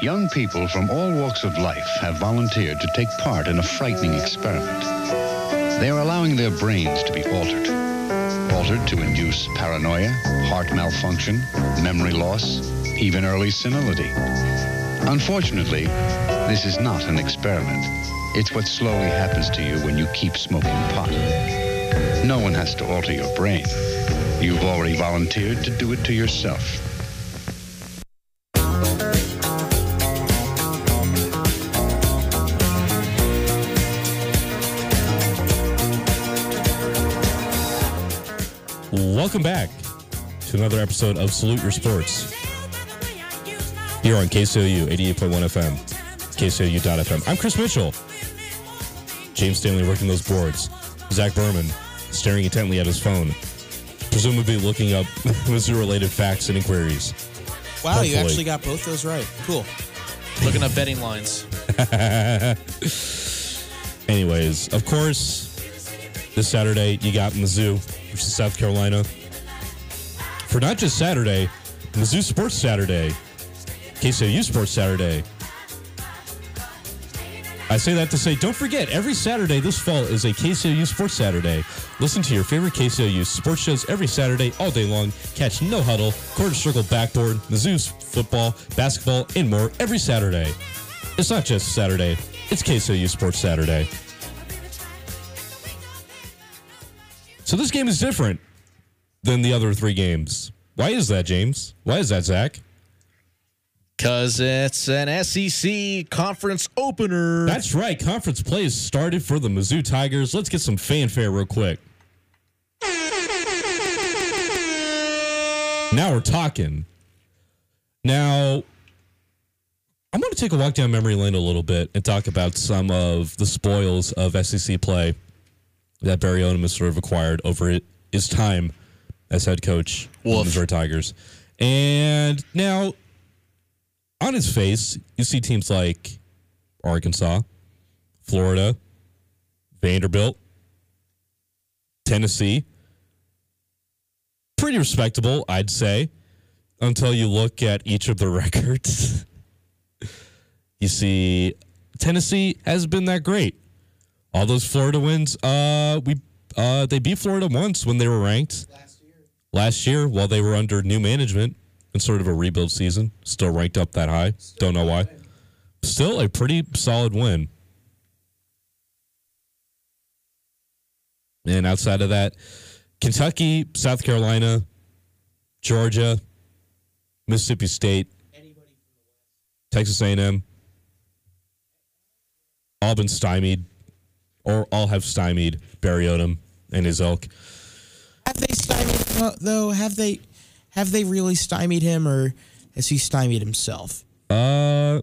Speaker 9: Young people from all walks of life have volunteered to take part in a frightening experiment. They are allowing their brains to be altered. Altered to induce paranoia, heart malfunction, memory loss, even early senility. Unfortunately, this is not an experiment. It's what slowly happens to you when you keep smoking pot. No one has to alter your brain. You've already volunteered to do it to yourself.
Speaker 4: Welcome back to another episode of Salute Your Sports here on KCOU 88.1 FM, KCOU.FM. I'm Chris Mitchell. James Stanley working those boards. Zach Berman staring intently at his phone, presumably looking up Mizzou related facts and inquiries.
Speaker 6: Wow,
Speaker 4: Hopefully.
Speaker 6: you actually got both those right. Cool.
Speaker 5: Looking up betting lines.
Speaker 4: Anyways, of course, this Saturday you got Mizzou versus South Carolina. For not just Saturday, Mizzou Sports Saturday. KCOU Sports Saturday. I say that to say, don't forget, every Saturday this fall is a KCOU Sports Saturday. Listen to your favorite KCOU sports shows every Saturday, all day long. Catch No Huddle, Quarter Circle Backboard, Mizzou's football, basketball, and more every Saturday. It's not just Saturday, it's KCOU Sports Saturday. So this game is different than the other three games. Why is that, James? Why is that, Zach?
Speaker 5: Because it's an SEC conference opener.
Speaker 4: That's right. Conference play has started for the Mizzou Tigers. Let's get some fanfare real quick. Now we're talking. Now, I'm going to take a walk down memory lane a little bit and talk about some of the spoils of SEC play that Barry Odom has sort of acquired over it, his time as head coach of the Missouri Tigers. And now, on his face, you see teams like Arkansas, Florida, Vanderbilt, Tennessee. Pretty respectable, I'd say, until you look at each of the records. you see, Tennessee has been that great. All those Florida wins, uh, we uh, they beat Florida once when they were ranked last year while they were under new management in sort of a rebuild season. Still ranked up that high. Don't know why. Still a pretty solid win. And outside of that, Kentucky, South Carolina, Georgia, Mississippi State, Texas A&M, all been stymied, or all have stymied Barry Odom and his ilk.
Speaker 6: Have they stymied him, uh, though? Have they have they really stymied him, or has he stymied himself?
Speaker 4: Uh,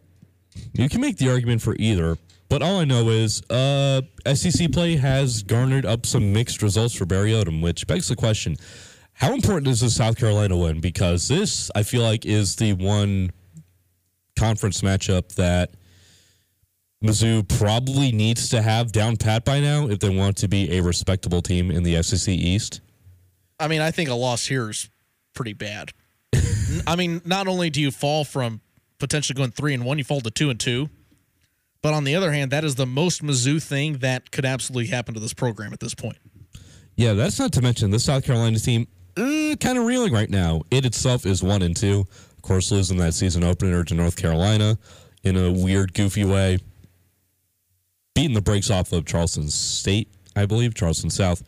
Speaker 4: you can make the argument for either, but all I know is uh, SEC play has garnered up some mixed results for Barry Odom, which begs the question: How important is the South Carolina win? Because this, I feel like, is the one conference matchup that Mizzou probably needs to have down pat by now if they want to be a respectable team in the SEC East.
Speaker 5: I mean, I think a loss here is pretty bad. N- I mean, not only do you fall from potentially going three and one, you fall to two and two. But on the other hand, that is the most Mizzou thing that could absolutely happen to this program at this point.
Speaker 4: Yeah, that's not to mention the South Carolina team uh, kind of reeling right now. It itself is one and two. Of course, losing that season opener to North Carolina in a weird, goofy way. Beating the brakes off of Charleston State, I believe, Charleston South.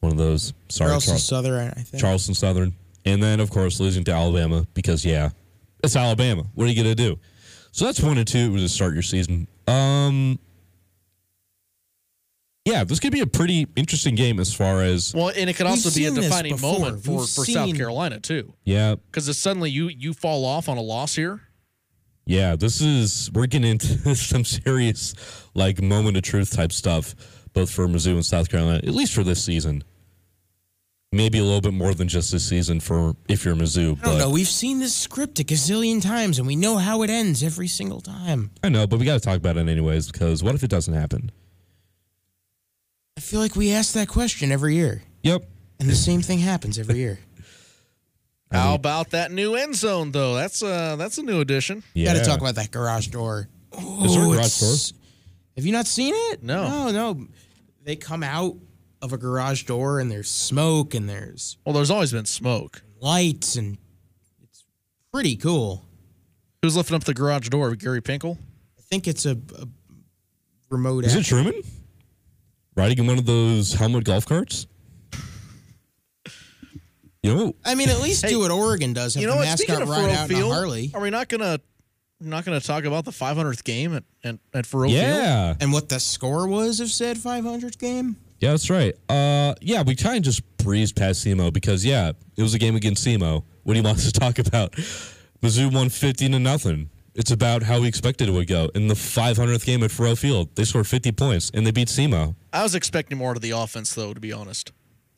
Speaker 4: One of those. Sorry,
Speaker 6: Charleston
Speaker 4: Charl-
Speaker 6: Southern, I think.
Speaker 4: Charleston Southern. And then, of course, losing to Alabama because, yeah, it's Alabama. What are you going to do? So that's one and two to start your season. Um, yeah, this could be a pretty interesting game as far as,
Speaker 5: Well, and it could also be a
Speaker 6: seen this
Speaker 5: defining
Speaker 6: before.
Speaker 5: moment for,
Speaker 6: We've
Speaker 5: for South
Speaker 6: seen-
Speaker 5: Carolina too,
Speaker 4: yeah,
Speaker 5: because suddenly you you fall off on a loss here.
Speaker 4: Yeah, this is we're getting into some serious like moment of truth type stuff, both for Mizzou and South Carolina, at least for this season. Maybe a little bit more than just this season for if you're Mizzou.
Speaker 6: I don't
Speaker 4: but-
Speaker 6: know. We've seen this script a gazillion times, and we know how it ends every single time.
Speaker 4: I know, but we got to talk about it anyways because what if it doesn't happen?
Speaker 6: I feel like we ask that question every year,
Speaker 4: Yep,
Speaker 6: and the same thing happens every year.
Speaker 5: How about that new end zone though? That's uh that's a new addition.
Speaker 4: yeah.
Speaker 6: Got to talk about that garage door.
Speaker 4: Is there a
Speaker 6: Ooh,
Speaker 4: garage door?
Speaker 6: it's- Have you not seen it?
Speaker 5: No.
Speaker 6: No, no. They come out of a garage door, and there's smoke, and there's
Speaker 5: Well, there's always been smoke.
Speaker 6: lights, and it's pretty cool.
Speaker 5: Who's lifting up the garage door? Gary Pinkel.
Speaker 6: I think it's a, a remote.
Speaker 4: Is
Speaker 6: action.
Speaker 4: it Truman riding in one of those helmet golf carts? You know,
Speaker 6: I mean, at least do what Oregon does. Have
Speaker 5: you know
Speaker 6: the
Speaker 5: what? Speaking
Speaker 6: mascot
Speaker 5: of
Speaker 6: ride
Speaker 5: Faroe
Speaker 6: out in
Speaker 5: Field,
Speaker 6: a Harley.
Speaker 5: are we not gonna not gonna talk about the 500th game at at, at Faroe Field?
Speaker 4: yeah.
Speaker 6: And what the score was of said 500th game?
Speaker 4: Yeah, that's right. Uh, yeah, we kind of just breezed past SEMO because yeah, it was a game against SEMO. What do you want us to talk about? Mizzou won fifteen to nothing. It's about how we expected it would go. In the 500th game at Faroe Field, they scored 50 points and they beat SEMO.
Speaker 5: I was expecting more out of the offense though, to be honest.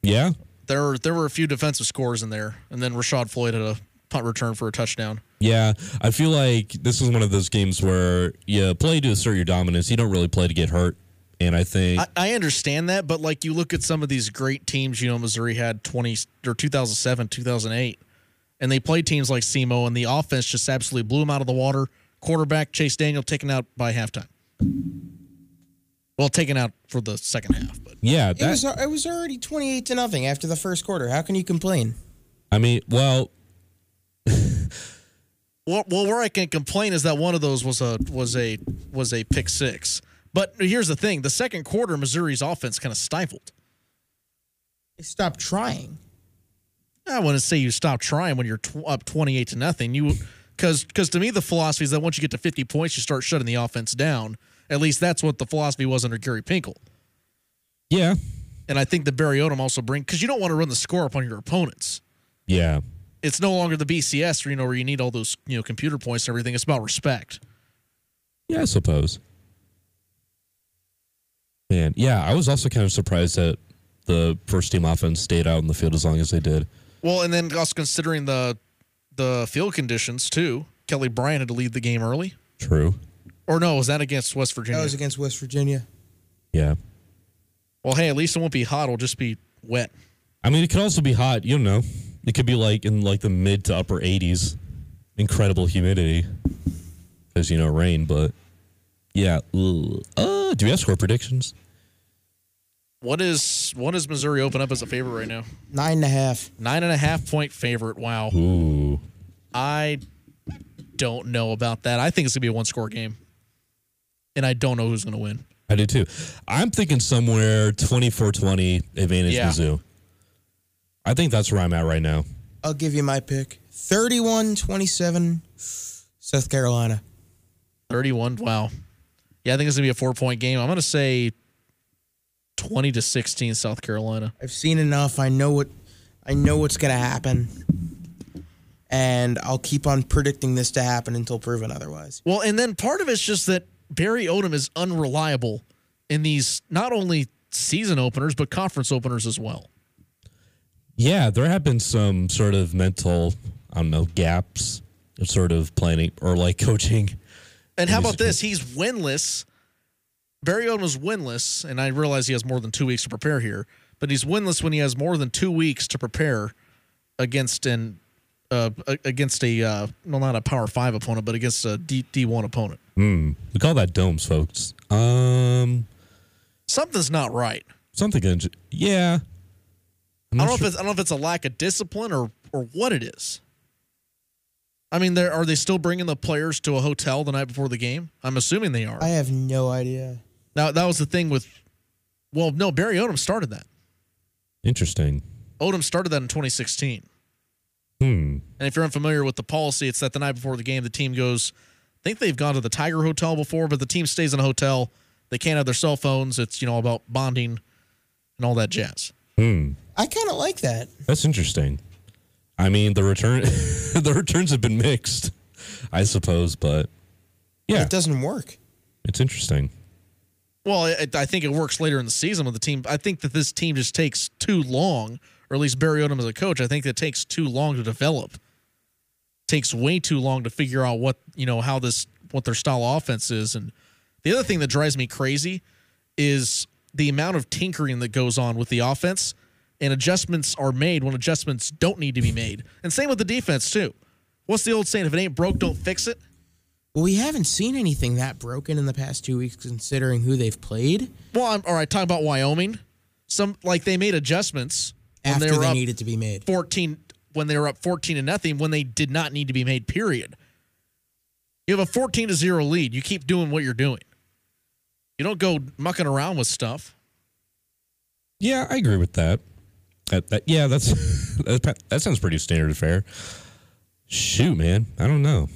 Speaker 4: Yeah,
Speaker 5: There were there were a few defensive scores in there, and then Rashad Floyd had a punt return for a touchdown.
Speaker 4: yeah. I feel like this is one of those games where you play to assert your dominance. You don't really play to get hurt. And I think
Speaker 5: I, I understand that, but like you look at some of these great teams, you know, Missouri had 20 or 2007, 2008. and they played teams like SEMO, and the offense just absolutely blew them out of the water. Quarterback Chase Daniel taken out by halftime. Well, taken out for the second half, but
Speaker 4: Yeah,
Speaker 6: It was
Speaker 4: that.
Speaker 6: it was already twenty eight to nothing after the first quarter. How can you complain?
Speaker 4: I mean, well,
Speaker 5: well, well, where I can complain is that one of those was a was a was a pick six. But here's the thing: the second quarter, Missouri's offense kind of stifled.
Speaker 6: They stopped trying.
Speaker 5: I wouldn't say you stop trying when you're tw- up 28 to nothing. You because because to me the philosophy is that once you get to 50 points, you start shutting the offense down. At least that's what the philosophy was under Gary Pinkel.
Speaker 4: yeah,
Speaker 5: And I think the Barry Odom also bring because you don't want to run the score up on your opponents.
Speaker 4: yeah,
Speaker 5: It's no longer the BCS, you know, where you need all those you know computer points and everything. It's about respect.
Speaker 4: yeah. I suppose. Man, yeah, I was also kind of surprised that the first team offense stayed out in the field as long as they did.
Speaker 5: Well, and then also considering the the field conditions too. Kelly Bryant had to leave the game early,
Speaker 4: True.
Speaker 5: or no? Was that against West Virginia?
Speaker 6: That was against West Virginia.
Speaker 4: Yeah.
Speaker 5: well, hey, at least it won't be hot. It'll just be wet.
Speaker 4: I mean, it could also be hot. You don't know. It could be like in like the mid to upper 80s. Incredible humidity because you know rain. But yeah. Ugh. Uh, do we have score predictions?
Speaker 5: What is what does Missouri open up as a favorite right now?
Speaker 6: Nine and a half.
Speaker 5: Nine and a half point favorite. Wow.
Speaker 4: Ooh.
Speaker 5: I don't know about that. I think it's gonna be a one score game. And I don't know who's gonna win.
Speaker 4: I do too. I'm thinking somewhere 24 20 advantage
Speaker 5: Yeah.
Speaker 4: Mizzou. I think that's where I'm at right now.
Speaker 6: I'll give you my pick. 31-27 South Carolina.
Speaker 5: Thirty one. Wow. Yeah, I think it's gonna be a four point game. I'm gonna say twenty to sixteen South Carolina.
Speaker 6: I've seen enough. I know what I know what's going to happen. And I'll keep on predicting this to happen until proven otherwise.
Speaker 5: Well, and then part of it's just that Barry Odom is unreliable in these not only season openers, but conference openers as well.
Speaker 4: Yeah, there have been some sort of mental, I don't know, gaps, of sort of planning or like coaching.
Speaker 5: And how
Speaker 4: He's-
Speaker 5: about this? He's winless. Barry Odom is winless, and I realize he has more than two weeks to prepare here, but he's winless when he has more than two weeks to prepare against an uh, a- against a uh, well, not a Power Five opponent, but against a D D one opponent.
Speaker 4: We call that domes, folks. Um,
Speaker 5: Something's not right.
Speaker 4: something. in- Yeah,
Speaker 5: I don't know if it's I don't know if it's a lack of discipline or or what it is. I mean, there are they still bringing the players to a hotel the night before the game? I'm assuming they are.
Speaker 6: I have no idea.
Speaker 5: now that was the thing with, well, no, Barry Odom started that.
Speaker 4: interesting.
Speaker 5: Odom started that in 2016.
Speaker 4: Hmm.
Speaker 5: And if you're unfamiliar with the policy, it's that the night before the game, the team goes. I think they've gone to the Tiger Hotel before, but the team stays in a hotel. They can't have their cell phones. It's you know about bonding and all that jazz.
Speaker 4: Hmm.
Speaker 6: I kind of like that.
Speaker 4: That's interesting. I mean, the return, the returns have been mixed, I suppose, but yeah,
Speaker 6: It doesn't work.
Speaker 4: it's interesting.
Speaker 5: Well, I, I think it works later in the season with the team. I think that this team just takes too long, or at least Barry Odom as a coach. I think that takes too long to develop. Takes way too long to figure out what you know how this what their style of offense is. And the other thing that drives me crazy is the amount of tinkering that goes on with the offense, and adjustments are made when adjustments don't need to be made. And same with the defense too. What's the old saying? If it ain't broke, don't fix it.
Speaker 6: Well, we haven't seen anything that broken in the past two weeks, considering who they've played
Speaker 5: Well, I'm all right. Talking about Wyoming, some like they made adjustments when
Speaker 6: after
Speaker 5: they
Speaker 6: they,
Speaker 5: were up
Speaker 6: needed to be made.
Speaker 5: fourteen when they were up fourteen to nothing when they did not need to be made. Period. You have a fourteen to zero lead. You keep doing what you're doing. You don't go mucking around with stuff.
Speaker 4: Yeah, I agree with that. That, that yeah, that's that, that sounds pretty standard fare. Shoot, man, I don't know.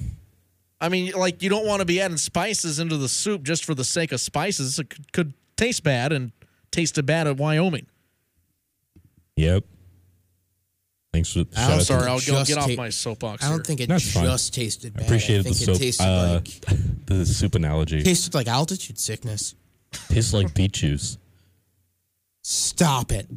Speaker 5: I mean, like you don't want to be adding spices into the soup just for the sake of spices. It could, could taste bad and tasted bad at Wyoming.
Speaker 4: Yep. Thanks for. the shout out
Speaker 5: I'm
Speaker 4: to-
Speaker 5: sorry, I'll, go
Speaker 6: just
Speaker 5: get off
Speaker 6: take-
Speaker 5: my soapbox.
Speaker 6: I
Speaker 5: here.
Speaker 6: don't think it
Speaker 4: That's
Speaker 6: just
Speaker 4: fine.
Speaker 6: tasted
Speaker 4: I
Speaker 6: bad.
Speaker 4: appreciated
Speaker 6: I
Speaker 4: the
Speaker 6: think
Speaker 4: soap.
Speaker 6: it tasted
Speaker 4: uh,
Speaker 6: like
Speaker 4: the soup analogy.
Speaker 6: tasted like altitude sickness.
Speaker 4: Tastes like beet juice.
Speaker 6: Stop it.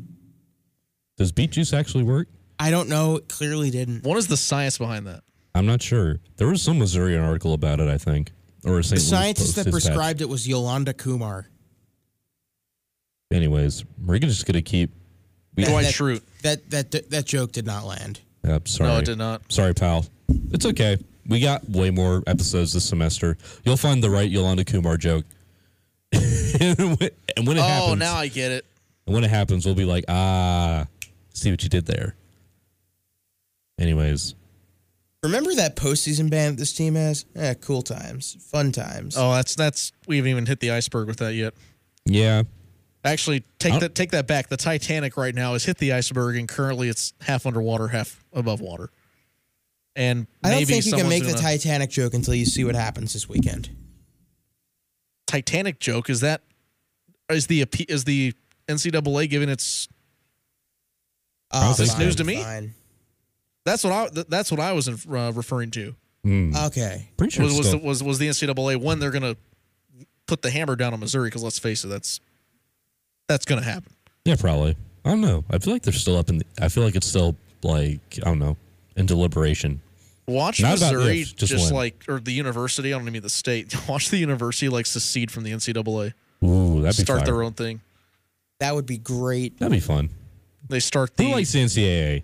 Speaker 4: Does beet juice actually work?
Speaker 6: I don't know. It clearly didn't.
Speaker 5: What is the science behind that?
Speaker 4: I'm not sure. There was some Missouri article about it, I think, or a St.
Speaker 6: The
Speaker 4: Louis
Speaker 6: scientist that
Speaker 4: Post-Dispatch.
Speaker 6: prescribed it was Yolanda Kumar.
Speaker 4: Anyways, we're just gonna keep.
Speaker 5: Dwight
Speaker 6: that-
Speaker 5: Schrute.
Speaker 6: That that that joke did not land.
Speaker 4: Yep, uh, sorry.
Speaker 5: No, it did not.
Speaker 4: Sorry, pal. It's okay. We got way more episodes this semester. You'll find the right Yolanda Kumar joke. and when and when it
Speaker 5: Oh,
Speaker 4: happens,
Speaker 5: now I get it.
Speaker 4: and when it happens, we'll be like, ah, see what you did there. Anyways,
Speaker 6: Remember that postseason band this team has? Eh, cool times, fun times.
Speaker 5: Oh, that's that's we haven't even hit the iceberg with that yet.
Speaker 4: yeah,
Speaker 5: Actually,
Speaker 4: Oh.
Speaker 5: take that take that back. The Titanic right now has hit the iceberg, and currently it's half underwater, half above water. And
Speaker 6: I don't
Speaker 5: maybe
Speaker 6: think you can
Speaker 5: someone's
Speaker 6: make the
Speaker 5: gonna-
Speaker 6: Titanic joke until you see what happens this weekend.
Speaker 5: Titanic joke is that is the appe- is the NCAA giving its
Speaker 6: Oh,
Speaker 4: Sounds like
Speaker 6: fine,
Speaker 4: news
Speaker 5: to me.
Speaker 6: fine.
Speaker 5: that's what I th- that's what I was uh, referring to
Speaker 6: Okay.
Speaker 4: pretty sure.
Speaker 5: was was
Speaker 4: it's
Speaker 5: the,
Speaker 4: still-
Speaker 5: was was the NCAA when they're gonna put the hammer down on Missouri because let's face it that's that's gonna happen
Speaker 4: yeah, probably. I don't know. I feel like they're still up in. The, I feel like it's still like I don't know in deliberation.
Speaker 5: watch
Speaker 4: Not about
Speaker 5: Missouri
Speaker 4: if, just
Speaker 5: just,
Speaker 4: when.
Speaker 5: like or the university I don't even mean the state watch the university like secede from the NCAA
Speaker 4: Ooh, that'd be
Speaker 5: start
Speaker 4: fire.
Speaker 5: their own thing
Speaker 6: That would be great.
Speaker 4: That'd be fun.
Speaker 5: they start
Speaker 4: Who
Speaker 5: the
Speaker 4: likes the NCAA?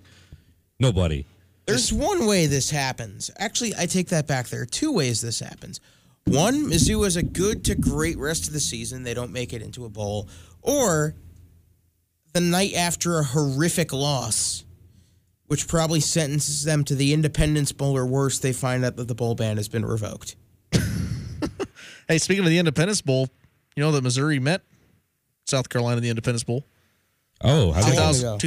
Speaker 4: Nobody.
Speaker 6: There's one way this happens. Actually, I take that back. There are two ways this happens. One, Mizzou has a good to great rest of the season. They don't make it into a bowl. Or the night after a horrific loss, which probably sentences them to the Independence Bowl or worse, they find out that the bowl ban has been revoked.
Speaker 5: hey speaking of the Independence Bowl you know that Missouri met South Carolina in the Independence Bowl
Speaker 4: Oh, how
Speaker 6: How
Speaker 4: about
Speaker 6: long
Speaker 5: 2000
Speaker 6: ago?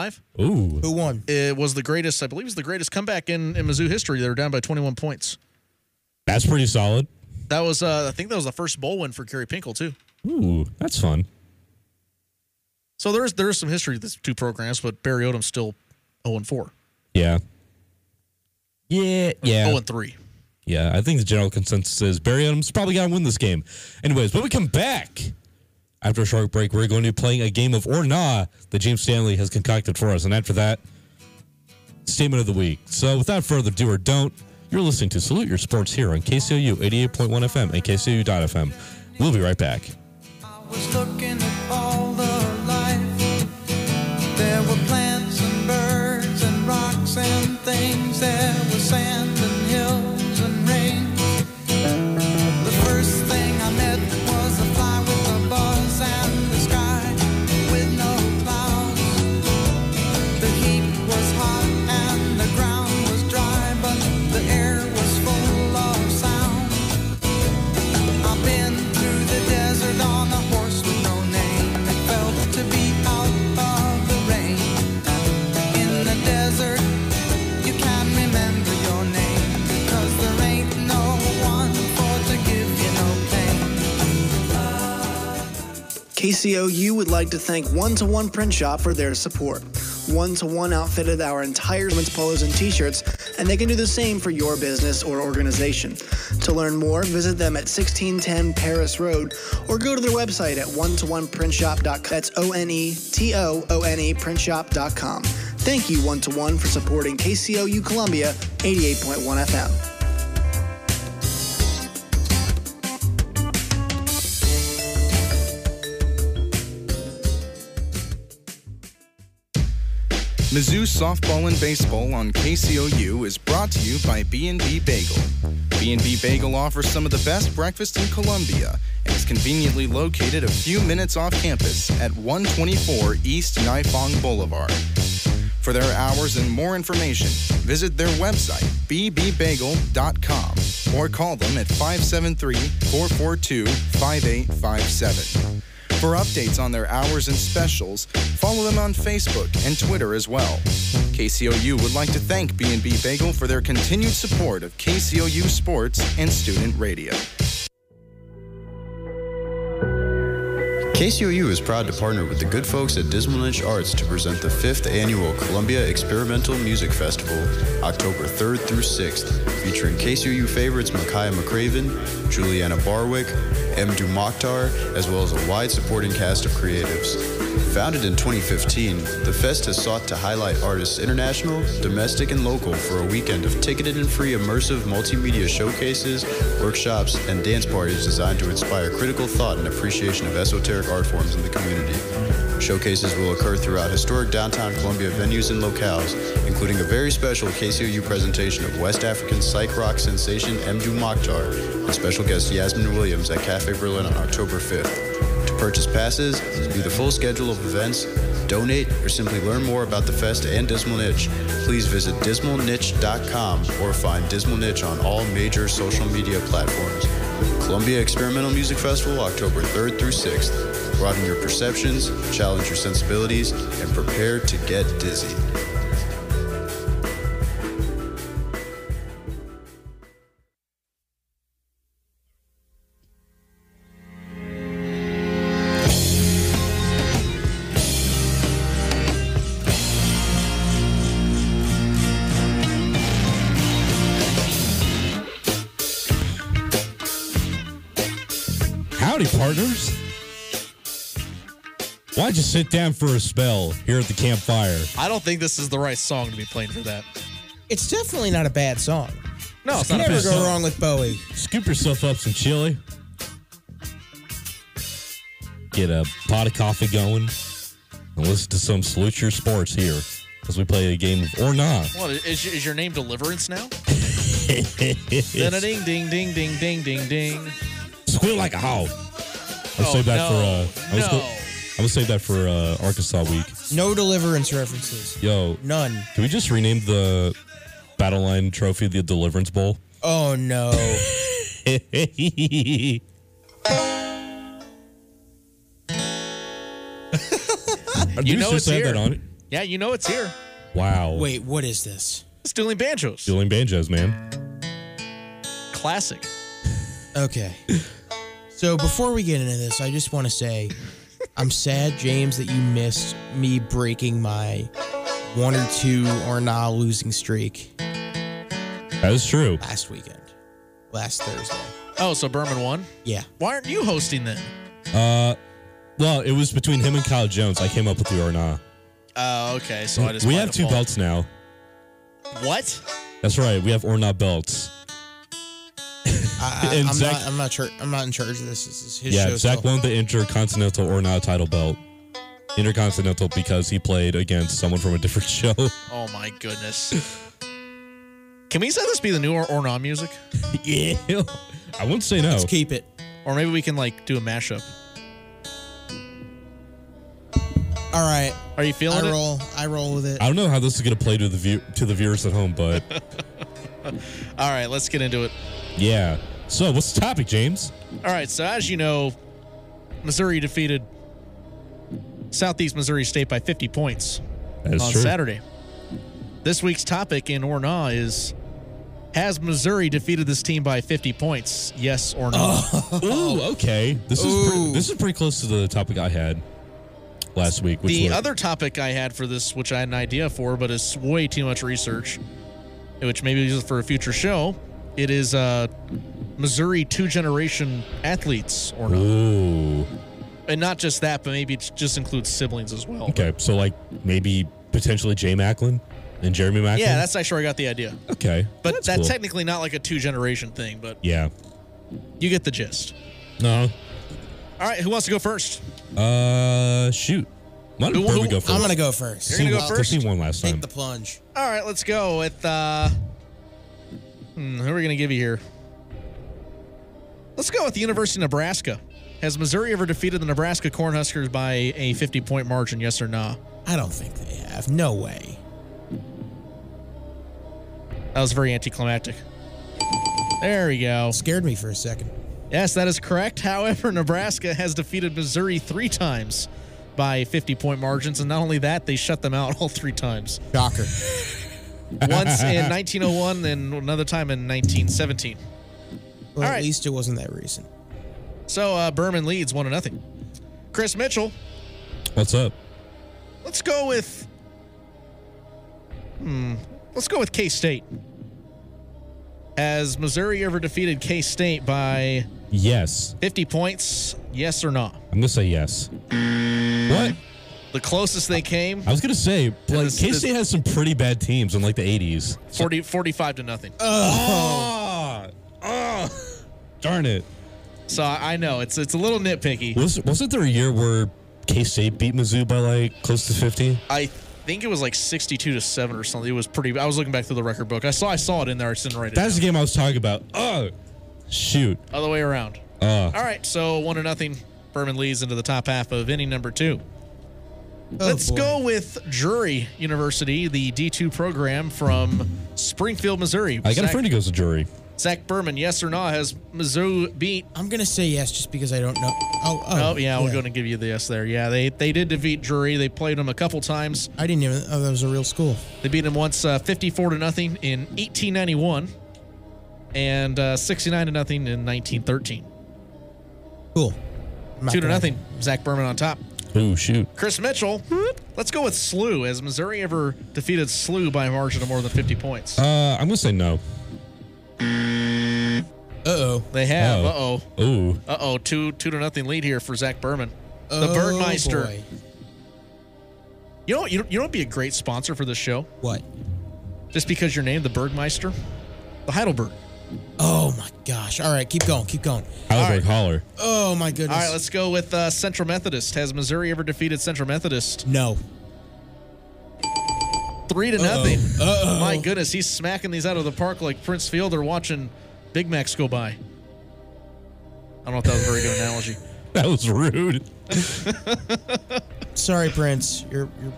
Speaker 5: 2005
Speaker 4: ooh,
Speaker 6: Who won?
Speaker 5: it was the greatest, I believe, it was the greatest comeback in, in Mizzou history. They were down by 21 points.
Speaker 4: that's pretty solid.
Speaker 5: That was, uh, I think, that was the first bowl win for Gary Pinkel too.
Speaker 4: Ooh, that's fun.
Speaker 5: So there's there's some history to these two programs, but Barry Odom's still 0 and 4,
Speaker 4: Yeah. Yeah, yeah.
Speaker 5: 0 and 3.
Speaker 4: Yeah, I think the general consensus is Barry Adams probably got to win this game. Anyways, when we come back after a short break, we're going to be playing a game of or nah that James Stanley has concocted for us. And after that, statement of the week. So without further ado or don't, you're listening to Salute Your Sports here on KCOU 88.1 FM and KCOU.FM. We'll be right back.
Speaker 2: was looking at all the life. There were plants and birds and rocks and things. There was sand and hills and rain. The first thing I met was a fly with a buzz and the sky with no clouds. The heat was hot and the ground was dry, but the air was full of sound. I've been through the desert on a horse with no name. It felt to be out of the rain. In the desert, you can remember your name. Cause there ain't no one for to give you no pain.
Speaker 10: KCOU would like to thank One to One Print Shop for their support. One to One outfitted our entire women's polos and t-shirts, and they can do the same for your business or organization. To learn more, visit them at 1610 Paris Road or go to their website at one to one printshop.com. That's E O-N-E-T-O-O-N-E printshop.com. Thank you, One to One, for supporting KCOU Columbia 88.1 FM.
Speaker 2: Mizzou softball and baseball on KCOU is brought to you by B&B Bagel. B&B Bagel offers some of the best breakfast in Columbia and is conveniently located a few minutes off campus at 124 East Nifong Boulevard. For their hours and more information, visit their website bbbagel.com or call them at 573-442-5857. For updates on their hours and specials, follow them on Facebook and Twitter as well. KCOU would like to thank B&B Bagel for their continued support of KCOU sports and student radio.
Speaker 11: KCOU is proud to partner with the good folks at Dismal Niche Arts to present the fifth annual Columbia Experimental Music Festival, October 3rd through 6th, featuring KCOU favorites Micaiah McCraven, Juliana Barwick, M. Du Mokhtar, as well as a wide supporting cast of creatives. Founded in 2015, the fest has sought to highlight artists international, domestic, and local for a weekend of ticketed and free immersive multimedia showcases, workshops, and dance parties designed to inspire critical thought and appreciation of esoteric art forms in the community. Showcases will occur throughout historic downtown Columbia venues and locales, including a very special KCOU presentation of West African psych rock sensation Mdu Mokhtar and special guest Yasmin Williams at Cafe Berlin on October 5th. To purchase passes, view the full schedule of events, donate, or simply learn more about the fest and Dismal Niche, please visit dismalniche.com or find Dismal Niche on all major social media platforms. Columbia Experimental Music Festival, October 3rd through 6th. Broaden your perceptions, challenge your sensibilities, and prepare to get dizzy.
Speaker 4: Howdy, partners. Why'd you sit down for a spell here at the campfire?
Speaker 5: I don't think this is the right song to be playing for that.
Speaker 6: It's definitely not a bad song.
Speaker 5: No,
Speaker 6: it's never go wrong with Bowie.
Speaker 4: Scoop yourself up some chili. Get a pot of coffee going and listen to some Salute Your Sports here as we play a game of Or Not.
Speaker 5: What is, is your name Deliverance now? Ding ding ding ding ding ding ding.
Speaker 4: Squeal like a hog. I'll
Speaker 5: Oh,
Speaker 4: save that
Speaker 5: no,
Speaker 4: for uh, I'm,
Speaker 5: no.
Speaker 4: I'm gonna save that for uh, Arkansas week.
Speaker 6: No deliverance references.
Speaker 4: Yo,
Speaker 6: none.
Speaker 4: Can we just rename the battle line trophy the Deliverance Bowl?
Speaker 6: Oh no.
Speaker 5: You
Speaker 4: You
Speaker 5: know
Speaker 4: should
Speaker 5: it's
Speaker 4: have
Speaker 5: here.
Speaker 4: that on it.
Speaker 5: Yeah, you know it's here.
Speaker 4: Wow.
Speaker 6: Wait, what is this?
Speaker 5: It's dueling banjos.
Speaker 4: Dueling banjos, man.
Speaker 5: Classic.
Speaker 6: Okay. So before we get into this, I just want to say I'm sad, James, that you missed me breaking my one or two or not losing streak
Speaker 4: That is true.
Speaker 6: last weekend, last Thursday.
Speaker 5: Oh, so Berman won.
Speaker 6: Yeah.
Speaker 5: Why aren't you hosting then?
Speaker 4: Uh, well, it was between him and Kyle Jones. I came up with the or not.
Speaker 5: Oh, okay. So I just
Speaker 4: we
Speaker 5: by
Speaker 4: have two
Speaker 5: default-
Speaker 4: belts now.
Speaker 5: What?
Speaker 4: That's right. We have or not belts.
Speaker 6: I, I,
Speaker 4: And
Speaker 6: I'm,
Speaker 4: Zach-
Speaker 6: not, I'm not sure. I'm not in charge of this. This is his
Speaker 4: yeah,
Speaker 6: show.
Speaker 4: Zach
Speaker 6: so-
Speaker 4: won the Intercontinental or not title belt. Intercontinental because he played against someone from a different show.
Speaker 5: Oh my goodness. Can we say this be the new or, or not music?
Speaker 4: yeah. I wouldn't say no.
Speaker 6: Let's keep it.
Speaker 5: Or maybe we can like do a mashup.
Speaker 6: All right.
Speaker 5: Are you feeling
Speaker 6: I
Speaker 5: it?
Speaker 6: roll. I roll with it.
Speaker 4: I don't know how this is going to play to the view- to the viewers at home, but
Speaker 5: All right, let's get into it.
Speaker 4: yeah. So, what's the topic, James?
Speaker 5: All right, so as you know, Missouri defeated Southeast Missouri State by 50 points
Speaker 4: That is
Speaker 5: on
Speaker 4: true.
Speaker 5: Saturday. This week's topic in or nah is has Missouri defeated this team by 50 points? Yes or no?
Speaker 4: Ooh, okay. This is pretty, this is pretty close to the topic I had last week. Which
Speaker 5: the
Speaker 4: was-
Speaker 5: other topic I had for this, which I had an idea for, but it's way too much research, which maybe is for a future show. It is uh, Missouri two generation athletes or not,
Speaker 4: Ooh.
Speaker 5: and not just that, but maybe it just includes siblings as well.
Speaker 4: Okay, so like maybe potentially Jay Macklin and Jeremy Macklin.
Speaker 5: Yeah, that's actually where I got the idea.
Speaker 4: okay.
Speaker 5: But
Speaker 4: that's
Speaker 5: that's
Speaker 4: cool.
Speaker 5: technically not like a two generation thing, but
Speaker 4: yeah.
Speaker 5: you get the gist.
Speaker 4: No.
Speaker 5: All right, who wants to go first?
Speaker 4: Uh, shoot. Why did
Speaker 5: Who-
Speaker 4: Burby
Speaker 5: who-
Speaker 4: go 1st
Speaker 6: I'm gonna go first.
Speaker 5: You're gonna go first?
Speaker 4: He won last time.
Speaker 6: Take the plunge.
Speaker 5: All right, let's go with uh, hmm, who are we going to give you here? Let's go with the University of Nebraska. Has Missouri ever defeated the Nebraska Cornhuskers by a 50 point margin? Yes or no?
Speaker 6: I don't think they have. No way.
Speaker 5: That was very anticlimactic. There we go.
Speaker 6: Scared me for a second.
Speaker 5: Yes, that is correct. However, Nebraska has defeated Missouri three times by 50 point margins. And not only that, they shut them out all three times.
Speaker 6: Shocker.
Speaker 5: Once in 1901 and another time in 1917. All
Speaker 6: Well, at
Speaker 5: right.
Speaker 6: least it wasn't that recent.
Speaker 5: So uh, Berman leads one to nothing. Chris Mitchell,
Speaker 4: What's up?
Speaker 5: let's go with. Hmm. Let's go with K State. Has Missouri ever defeated K State by
Speaker 4: Yes.
Speaker 5: 50 points? Yes or not?
Speaker 4: I'm gonna say yes. What?
Speaker 5: The closest they came,
Speaker 4: I was gonna say, like,
Speaker 5: this-
Speaker 4: K
Speaker 5: this-
Speaker 4: State has some pretty bad teams in like the '80s.
Speaker 5: 40, 45 to nothing.
Speaker 4: Oh, darn it!
Speaker 5: So I I know it's it's a little nitpicky.
Speaker 4: Was wasn't there a year where K State beat Mizzou by like close to fifty?
Speaker 5: I think it was like sixty-two to seven or something. It was pretty. I was looking back through the record book. I saw I saw it in there. I didn't write it.
Speaker 4: That's the game I was talking about. Oh, shoot!
Speaker 5: down. other way around.
Speaker 4: Uh,
Speaker 5: All right, so one to nothing. Berman leads into the top half of inning number two.
Speaker 4: Oh,
Speaker 5: Let's
Speaker 6: Oh,
Speaker 5: go with Drury University, the D2 program from Springfield, Missouri.
Speaker 4: I got a
Speaker 5: Zach-
Speaker 4: friend who goes to jury.
Speaker 5: Zach Berman, yes or no, has Mizzou beat?
Speaker 6: I'm gonna say yes, just because I don't know. Oh,
Speaker 5: Oh,
Speaker 6: oh,
Speaker 5: yeah, we're going to give you the yes there. Yeah, they they did defeat Drury. They played them a couple times.
Speaker 6: I didn't even. Oh, that was a real school.
Speaker 5: They beat them once, uh, 54 to nothing in 1891, and uh, 69 to nothing in 1913.
Speaker 6: Cool.
Speaker 5: Two to nothing. Zach Berman on top.
Speaker 4: Oh shoot!
Speaker 5: Chris Mitchell. Let's go with SLU. Has Missouri ever defeated SLU by a margin of more than 50 points?
Speaker 4: Uh, I'm gonna say no.
Speaker 6: Uh oh.
Speaker 5: They have.
Speaker 4: Oh.
Speaker 5: Uh oh.
Speaker 4: Ooh,
Speaker 5: Uh oh. Two two to nothing lead here for Zach Berman. The
Speaker 6: Oh,
Speaker 5: Birdmeister.
Speaker 6: boy.
Speaker 5: You know you know- you know what'd be a great sponsor for this show
Speaker 6: What?
Speaker 5: just because you're named the Bergmeister, the Heidelberg.
Speaker 6: Oh my gosh. All right, keep going, keep going.
Speaker 4: Heidelberg Holler.
Speaker 6: Oh my
Speaker 5: All
Speaker 6: goodness.
Speaker 5: right, let's go with uh, Central Methodist. Has Missouri ever defeated Central Methodist?
Speaker 6: No.
Speaker 5: Three to nothing.
Speaker 6: Uh-oh.
Speaker 5: My goodness, he's smacking these out of the park like Prince Fielder watching Big Macs go by. I don't know if that was a very good analogy.
Speaker 4: That was rude.
Speaker 6: Sorry, Prince. You're you're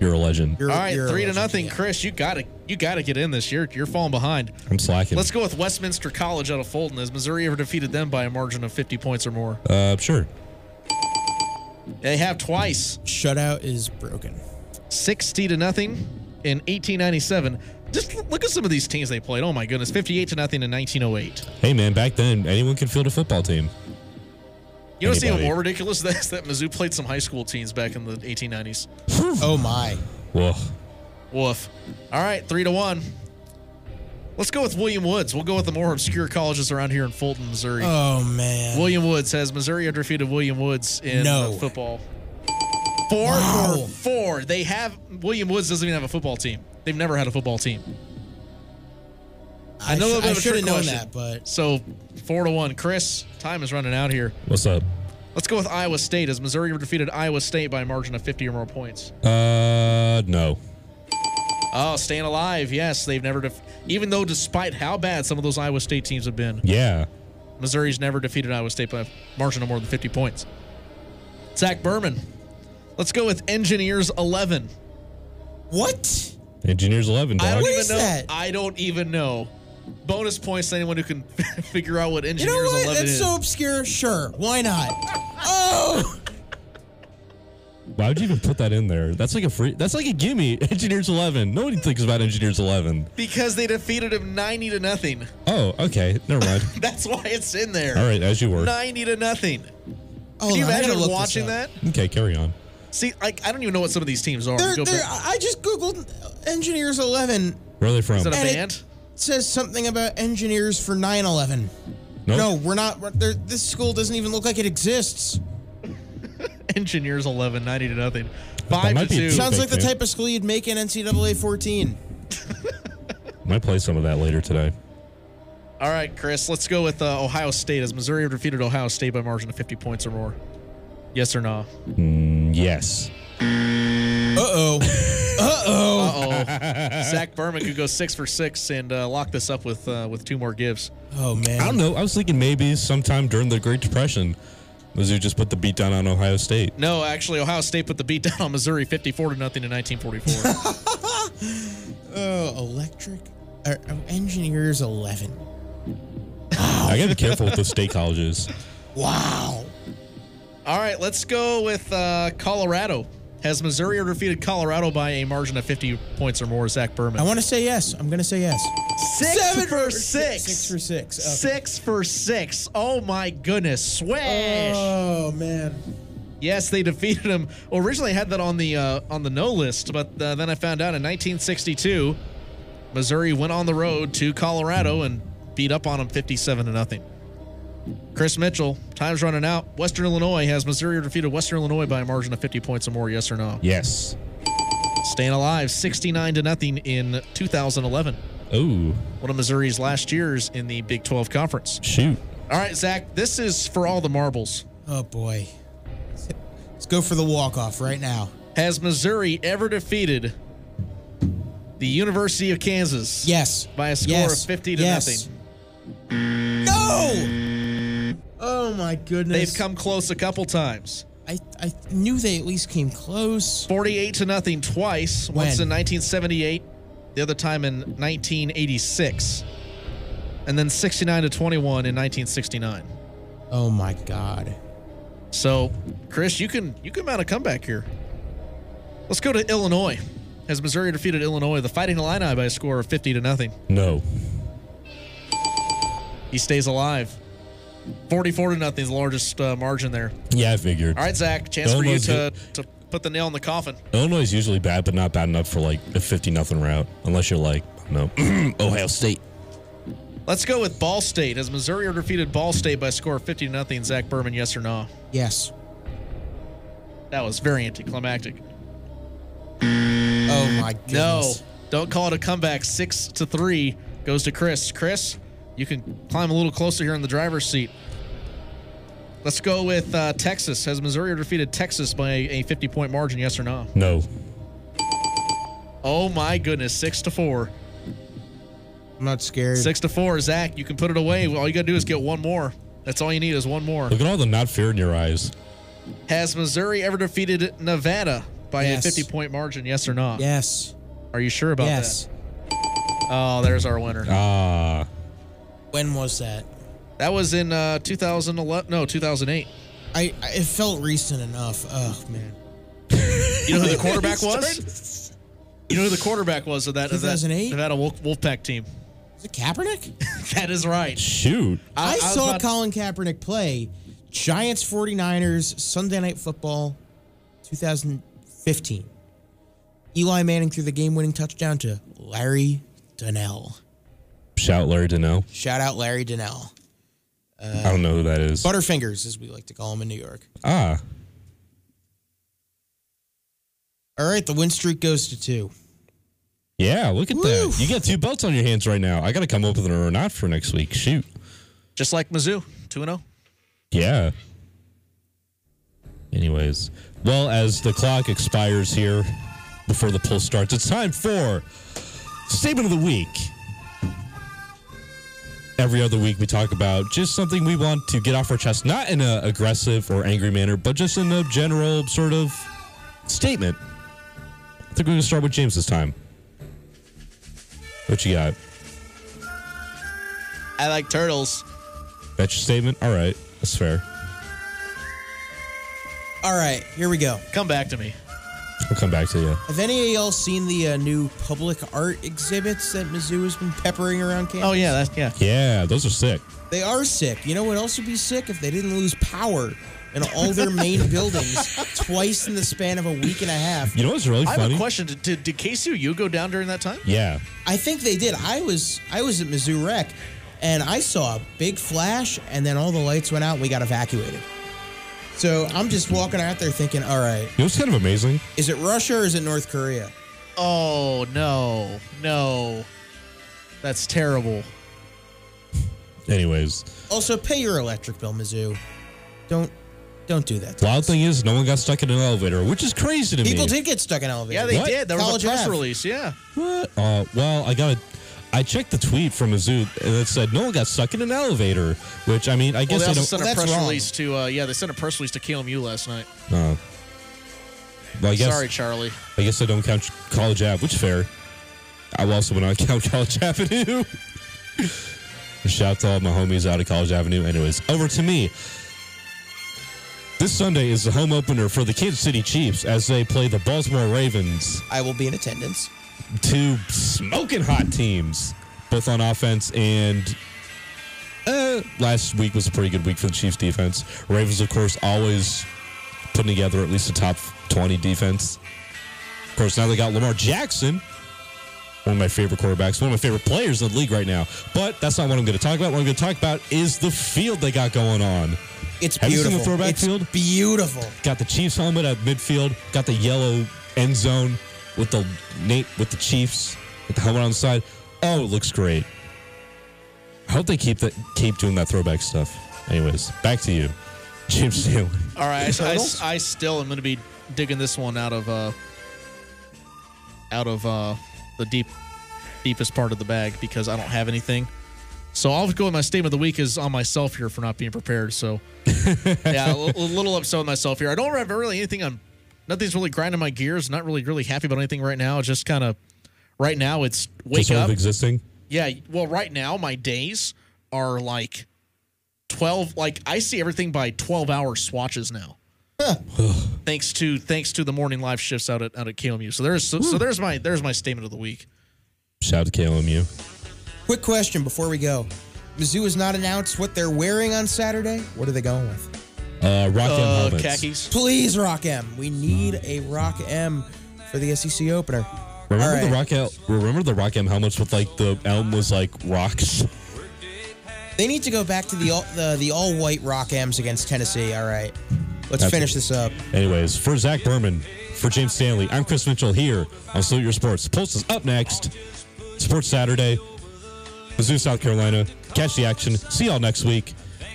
Speaker 4: You're a legend.
Speaker 6: you're.
Speaker 5: All right,
Speaker 6: you're
Speaker 5: three to
Speaker 6: allergic
Speaker 5: nothing,
Speaker 6: that.
Speaker 5: Chris. You gotta, you gotta get in this. You're, you're falling behind.
Speaker 4: I'm slacking.
Speaker 5: Let's go with Westminster College out of Fulton. Has Missouri ever defeated them by a margin of 50 points or more?
Speaker 4: uh, sure.
Speaker 5: They have twice,
Speaker 6: Shutout is broken.
Speaker 5: 60 to nothing in 1897. Just l- look at some of these teams they played. Oh my goodness, 58 to nothing in 1908.
Speaker 4: Hey man, back then anyone could field a football team.
Speaker 5: You know what's even
Speaker 4: Anybody.
Speaker 5: more ridiculous? That's that Mizzou played some high school teams back in the 1890s.
Speaker 6: Oh my.
Speaker 4: Whoa.
Speaker 5: Woof. All right, three to one. Let's go with William Woods. We'll go with the more obscure colleges around here in Fulton, Missouri.
Speaker 6: Oh man.
Speaker 5: William Woods has Missouri ever defeated William Woods in
Speaker 6: No.
Speaker 5: uh, football. Four
Speaker 6: Wow.
Speaker 5: for four. They have William Woods doesn't even have a football team. They've never had a football team. I know a
Speaker 6: sh-
Speaker 5: little bit
Speaker 6: I
Speaker 5: of a
Speaker 6: should have
Speaker 5: trick
Speaker 6: known
Speaker 5: question.
Speaker 6: that, but
Speaker 5: So four to one. Chris, time is running out here.
Speaker 4: What's up?
Speaker 5: Let's go with Iowa State. Has Missouri ever defeated Iowa State by a margin of 50 or more points?
Speaker 4: Uh, no.
Speaker 5: Oh, staying alive. Yes, they've never, def- even though despite how bad some of those Iowa State teams have been,
Speaker 4: Yeah.
Speaker 5: Missouri's never defeated Iowa State by a margin of more than 50 points. Zach Berman. Let's go with Engineers 11.
Speaker 6: what?
Speaker 4: Engineers 11,
Speaker 5: I
Speaker 4: dog.
Speaker 5: don't
Speaker 6: What
Speaker 5: even
Speaker 6: is
Speaker 5: know.
Speaker 6: that?
Speaker 5: I don't even know. Bonus points to anyone who can figure out what
Speaker 6: You
Speaker 5: Engineers
Speaker 6: know what?
Speaker 5: 11
Speaker 6: That's
Speaker 5: is.
Speaker 6: so obscure. Sure, why not? Oh,
Speaker 4: Why would you even put that in there? That's like a free. That's like a gimme. Engineers 11. Nobody thinks about Engineers 11.
Speaker 5: because they defeated him 90 to nothing.
Speaker 4: Oh, okay. Never mind.
Speaker 5: That's why it's in there.
Speaker 4: All right, as you were.
Speaker 5: 90 to nothing.
Speaker 6: oh,
Speaker 5: Can you
Speaker 6: I gotta
Speaker 5: imagine
Speaker 6: look this
Speaker 5: watching
Speaker 6: up.
Speaker 5: that?
Speaker 4: Okay, carry on.
Speaker 5: See, like I don't even know what some of these teams are.
Speaker 6: They're,
Speaker 5: Go
Speaker 6: they're,
Speaker 5: back-
Speaker 6: I just googled engineers 11.
Speaker 4: Where are they from?
Speaker 5: Is it a
Speaker 6: and it-
Speaker 5: band?
Speaker 6: It says something about engineers for 9/11.
Speaker 4: Nope.
Speaker 6: No, we're not. we're- they're- This school doesn't even look like it exists.
Speaker 5: Engineers 11, 90 to nothing. Five to
Speaker 4: might be a
Speaker 5: two.
Speaker 4: team.
Speaker 6: Sounds like the
Speaker 4: Thank you.
Speaker 6: type of school you'd make in NCAA 14.
Speaker 4: Might play some of that later today.
Speaker 5: All right, Chris, let's go with uh, Ohio State. Has Missouri ever defeated Ohio State by a margin of 50 points or more? Yes or no?
Speaker 4: Mm, yes.
Speaker 5: Mm.
Speaker 6: Uh oh. Uh oh.
Speaker 5: Uh-oh. Zach Berman could go six for six and uh, lock this up with uh, with two more gives.
Speaker 6: Oh man.
Speaker 4: I don't know. I was thinking maybe sometime during the Great Depression, Mizzou just put the beat down on Ohio State.
Speaker 5: No, actually, Ohio State put the beat down on Missouri 54 to nothing in 1944.
Speaker 6: Oh, electric. Uh, uh, engineers 11.
Speaker 4: I gotta be careful with the state colleges.
Speaker 6: Wow.
Speaker 5: All right, let's go with uh, Colorado. Has Missouri ever defeated Colorado by a margin of 50 points or more? Zach Berman.
Speaker 6: I want to say yes. I'm going to say yes.
Speaker 5: six
Speaker 6: Seven
Speaker 5: for
Speaker 6: or
Speaker 5: six.
Speaker 6: Six for six. Okay.
Speaker 5: Six for six. Oh my goodness. Swash.
Speaker 6: Oh man.
Speaker 5: Yes, they defeated him. Well, originally I had that on the uh, on the no list, but uh, then I found out in 1962, Missouri went on the road to Colorado and beat up on them 57 to nothing. Chris Mitchell, time's running out. Western Illinois has Missouri defeated Western Illinois by a margin of 50 points or more. Yes or no?
Speaker 4: Yes.
Speaker 5: Staying alive, 69 to nothing in 2011.
Speaker 4: Oh.
Speaker 5: One of Missouri's last years in the Big 12 Conference.
Speaker 4: Shoot.
Speaker 5: All right, Zach, this is for all the marbles.
Speaker 6: Oh boy. Let's go for the walk off right now.
Speaker 5: Has Missouri ever defeated the University of Kansas?
Speaker 6: Yes.
Speaker 5: By a score
Speaker 6: Yes.
Speaker 5: of 50 to
Speaker 6: Yes.
Speaker 5: nothing.
Speaker 6: No! Oh my goodness.
Speaker 5: They've come close a couple times.
Speaker 6: I, I knew they at least came close.
Speaker 5: 48 to nothing twice.
Speaker 6: When?
Speaker 5: Once in 1978, the other time in 1986. And then 69 to 21 in 1969.
Speaker 6: Oh my god.
Speaker 5: So, Chris, you can you can mount a comeback here. Let's go to Illinois. As Missouri defeated Illinois, the Fighting Illini by a score of 50 to nothing.
Speaker 4: No.
Speaker 5: He stays alive. 44 to nothing is the largest uh, margin there.
Speaker 4: Yeah, I figured.
Speaker 5: All right, Zach, chance for you
Speaker 4: Illinois-
Speaker 5: to, to put the nail in the coffin.
Speaker 4: Illinois is usually bad, but not bad enough for like a 50 nothing route, unless you're like, no, Ohio State.
Speaker 5: Let's go with Ball State. As Missouri defeated Ball State by a score of 50 to nothing, Zach Berman, yes or no?
Speaker 6: Yes.
Speaker 5: That was very anticlimactic.
Speaker 6: Oh my
Speaker 5: No,
Speaker 6: goodness.
Speaker 5: don't call it a comeback. Six to three goes to Chris. Chris, you can climb a little closer here in the driver's seat. Let's go with uh, Texas. Has Missouri defeated Texas by a 50 point margin, yes or no?
Speaker 4: No.
Speaker 5: Oh my goodness, six to four.
Speaker 6: I'm not scared.
Speaker 5: Six to four, Zach. You can put it away. All you got to do is get one more. That's all you need is one more.
Speaker 4: Look at all the not fear in your eyes.
Speaker 5: Has Missouri ever defeated Nevada by
Speaker 6: Yes.
Speaker 5: a 50 point margin? Yes or not?
Speaker 6: Yes.
Speaker 5: Are you sure about
Speaker 6: yes.
Speaker 5: that? Oh, there's our winner.
Speaker 4: Ah.
Speaker 6: When was that?
Speaker 5: That was in uh, 2011. No, 2008.
Speaker 6: I, I it felt recent enough. Oh man.
Speaker 5: You know who the quarterback was? You know who the quarterback was of that, of that
Speaker 6: 2008?
Speaker 5: Nevada Wolf, Wolfpack team?
Speaker 6: Is it Kaepernick?
Speaker 5: That is right.
Speaker 4: Shoot.
Speaker 5: I-
Speaker 6: I,
Speaker 5: I was
Speaker 6: saw
Speaker 5: about-
Speaker 6: Colin Kaepernick play Giants 49ers Sunday Night Football 2015. Eli Manning threw the game winning touchdown to Larry Donnell.
Speaker 4: Shout Larry Donnell.
Speaker 6: Shout out Larry Donnell.
Speaker 4: I don't know who that is.
Speaker 6: Butterfingers, as we like to call him in New York.
Speaker 4: ah.
Speaker 6: All right, the win streak goes to two.
Speaker 4: Yeah, look at that. You got two belts on your hands right now. I got to come up with an or not for next week. Shoot.
Speaker 5: Just like Mizzou, oh. 2 0.
Speaker 4: Yeah. Anyways, well, as the clock expires here before the poll starts, it's time for Statement of the Week. Every other week, we talk about just something we want to get off our chest, not in a aggressive or angry manner, but just in a general sort of statement. I think we're going to start with James this time. What you got?
Speaker 5: I like turtles.
Speaker 4: That's your statement? All right. That's fair.
Speaker 6: All right, here we go.
Speaker 5: Come back to me.
Speaker 4: We'll come back to you.
Speaker 6: Have any of y'all seen the uh, new public art exhibits that Mizzou has been peppering around campus?
Speaker 5: Oh, yeah. That's, yeah.
Speaker 4: Yeah, those are sick.
Speaker 6: They are sick. You know what else would be sick? If they didn't lose power in all their main buildings twice in the span of a week and a half.
Speaker 4: You know what's really
Speaker 5: I have
Speaker 4: funny?
Speaker 5: a question. Did, did, did KCU go down during that time?
Speaker 4: Yeah.
Speaker 6: I think they did. I was I was at Mizzou Rec and I saw a big flash and then all the lights went out and we got evacuated. So I'm just walking out there thinking, all right,
Speaker 4: It was kind of amazing.
Speaker 6: is it Russia or is it North Korea?
Speaker 5: Oh, no. No. That's terrible.
Speaker 4: Anyways,
Speaker 6: Also pay your electric bill, Mizzou. Don't don't do that.
Speaker 4: wild thing is, no one got stuck in an elevator, which is crazy to
Speaker 6: People
Speaker 4: me.
Speaker 6: did get stuck in elevators.
Speaker 5: Yeah, they
Speaker 4: What?
Speaker 5: did. There
Speaker 6: College
Speaker 5: was a press
Speaker 6: Ave.
Speaker 5: release. Yeah.
Speaker 4: What? Uh, well, I got. I checked the tweet from Mizzou that said no one got stuck in an elevator, which I mean, I
Speaker 5: Well,
Speaker 4: guess
Speaker 5: they
Speaker 4: I
Speaker 5: also
Speaker 4: don't.
Speaker 5: sent a press release to uh, yeah, they sent a press release to KMU last night.
Speaker 4: Uh, well, I guess
Speaker 5: Sorry, Charlie.
Speaker 4: I guess I don't count College Ave, which is fair. I also would not count College Avenue. Shout to all my homies out of College Avenue. Anyways, over to me. This Sunday is the home opener for the Kansas City Chiefs as they play the Baltimore Ravens.
Speaker 6: I will be in attendance.
Speaker 4: two smoking hot teams, both on offense and. Uh, last week was a pretty good week for the Chiefs defense. Ravens, of course, always putting together at least a top 20 defense. Of course, now they got Lamar Jackson, one of my favorite quarterbacks, one of my favorite players in the league right now. But that's not what I'm going to talk about. What I'm going to talk about is the field they got going on.
Speaker 6: It's
Speaker 4: Have you seen
Speaker 6: beautiful.
Speaker 4: the throwback
Speaker 6: It's
Speaker 4: field?
Speaker 6: Beautiful.
Speaker 4: Got the Chiefs helmet at midfield. Got the yellow end zone with the Nate with the Chiefs with the helmet on the side. Oh, it looks great. I hope they keep that keep doing that throwback stuff. Anyways, back to you, Jim Staley.
Speaker 5: All right, I,
Speaker 4: Turtles?
Speaker 5: I still am going to be digging this one out of uh, out of uh, the deep deepest part of the bag because I don't have anything. So I'll go with my statement of the week is on myself here for not being prepared. So yeah, a li- a little upset with myself here. I don't have really anything. I'm nothing's really grinding my gears. Not really really happy about anything right now. It's just kind of right now. It's wake
Speaker 4: Just sort
Speaker 5: up.
Speaker 4: of existing.
Speaker 5: Yeah, well, right now my days are like twelve. Like I see everything by twelve-hour swatches now. thanks to thanks to the morning live shifts out at out at KMU. So there's so, so there's my there's my statement of the week.
Speaker 4: Shout out to KLMU.
Speaker 6: Quick question before we go. Mizzou has not announced what they're wearing on Saturday. What are they going with?
Speaker 4: Uh, Rock M helmets.
Speaker 6: Please, Rock M. We need a Rock M for the SEC opener.
Speaker 4: Remember
Speaker 6: All
Speaker 4: the
Speaker 6: right.
Speaker 4: Rock El- Remember the Rock M helmets with like the elm was like rocks.
Speaker 6: They need to go back to the all, the, the all white Rock M's against Tennessee. All right. Let's
Speaker 4: That's-
Speaker 6: finish this up.
Speaker 4: Anyways, for Zach Berman, for James Stanley, I'm Chris Mitchell here on Salute Your Sports. Pulse is up next. Sports Saturday, Mizzou, South Carolina. Catch the action. See y'all next week.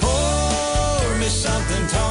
Speaker 2: Pour me something tall.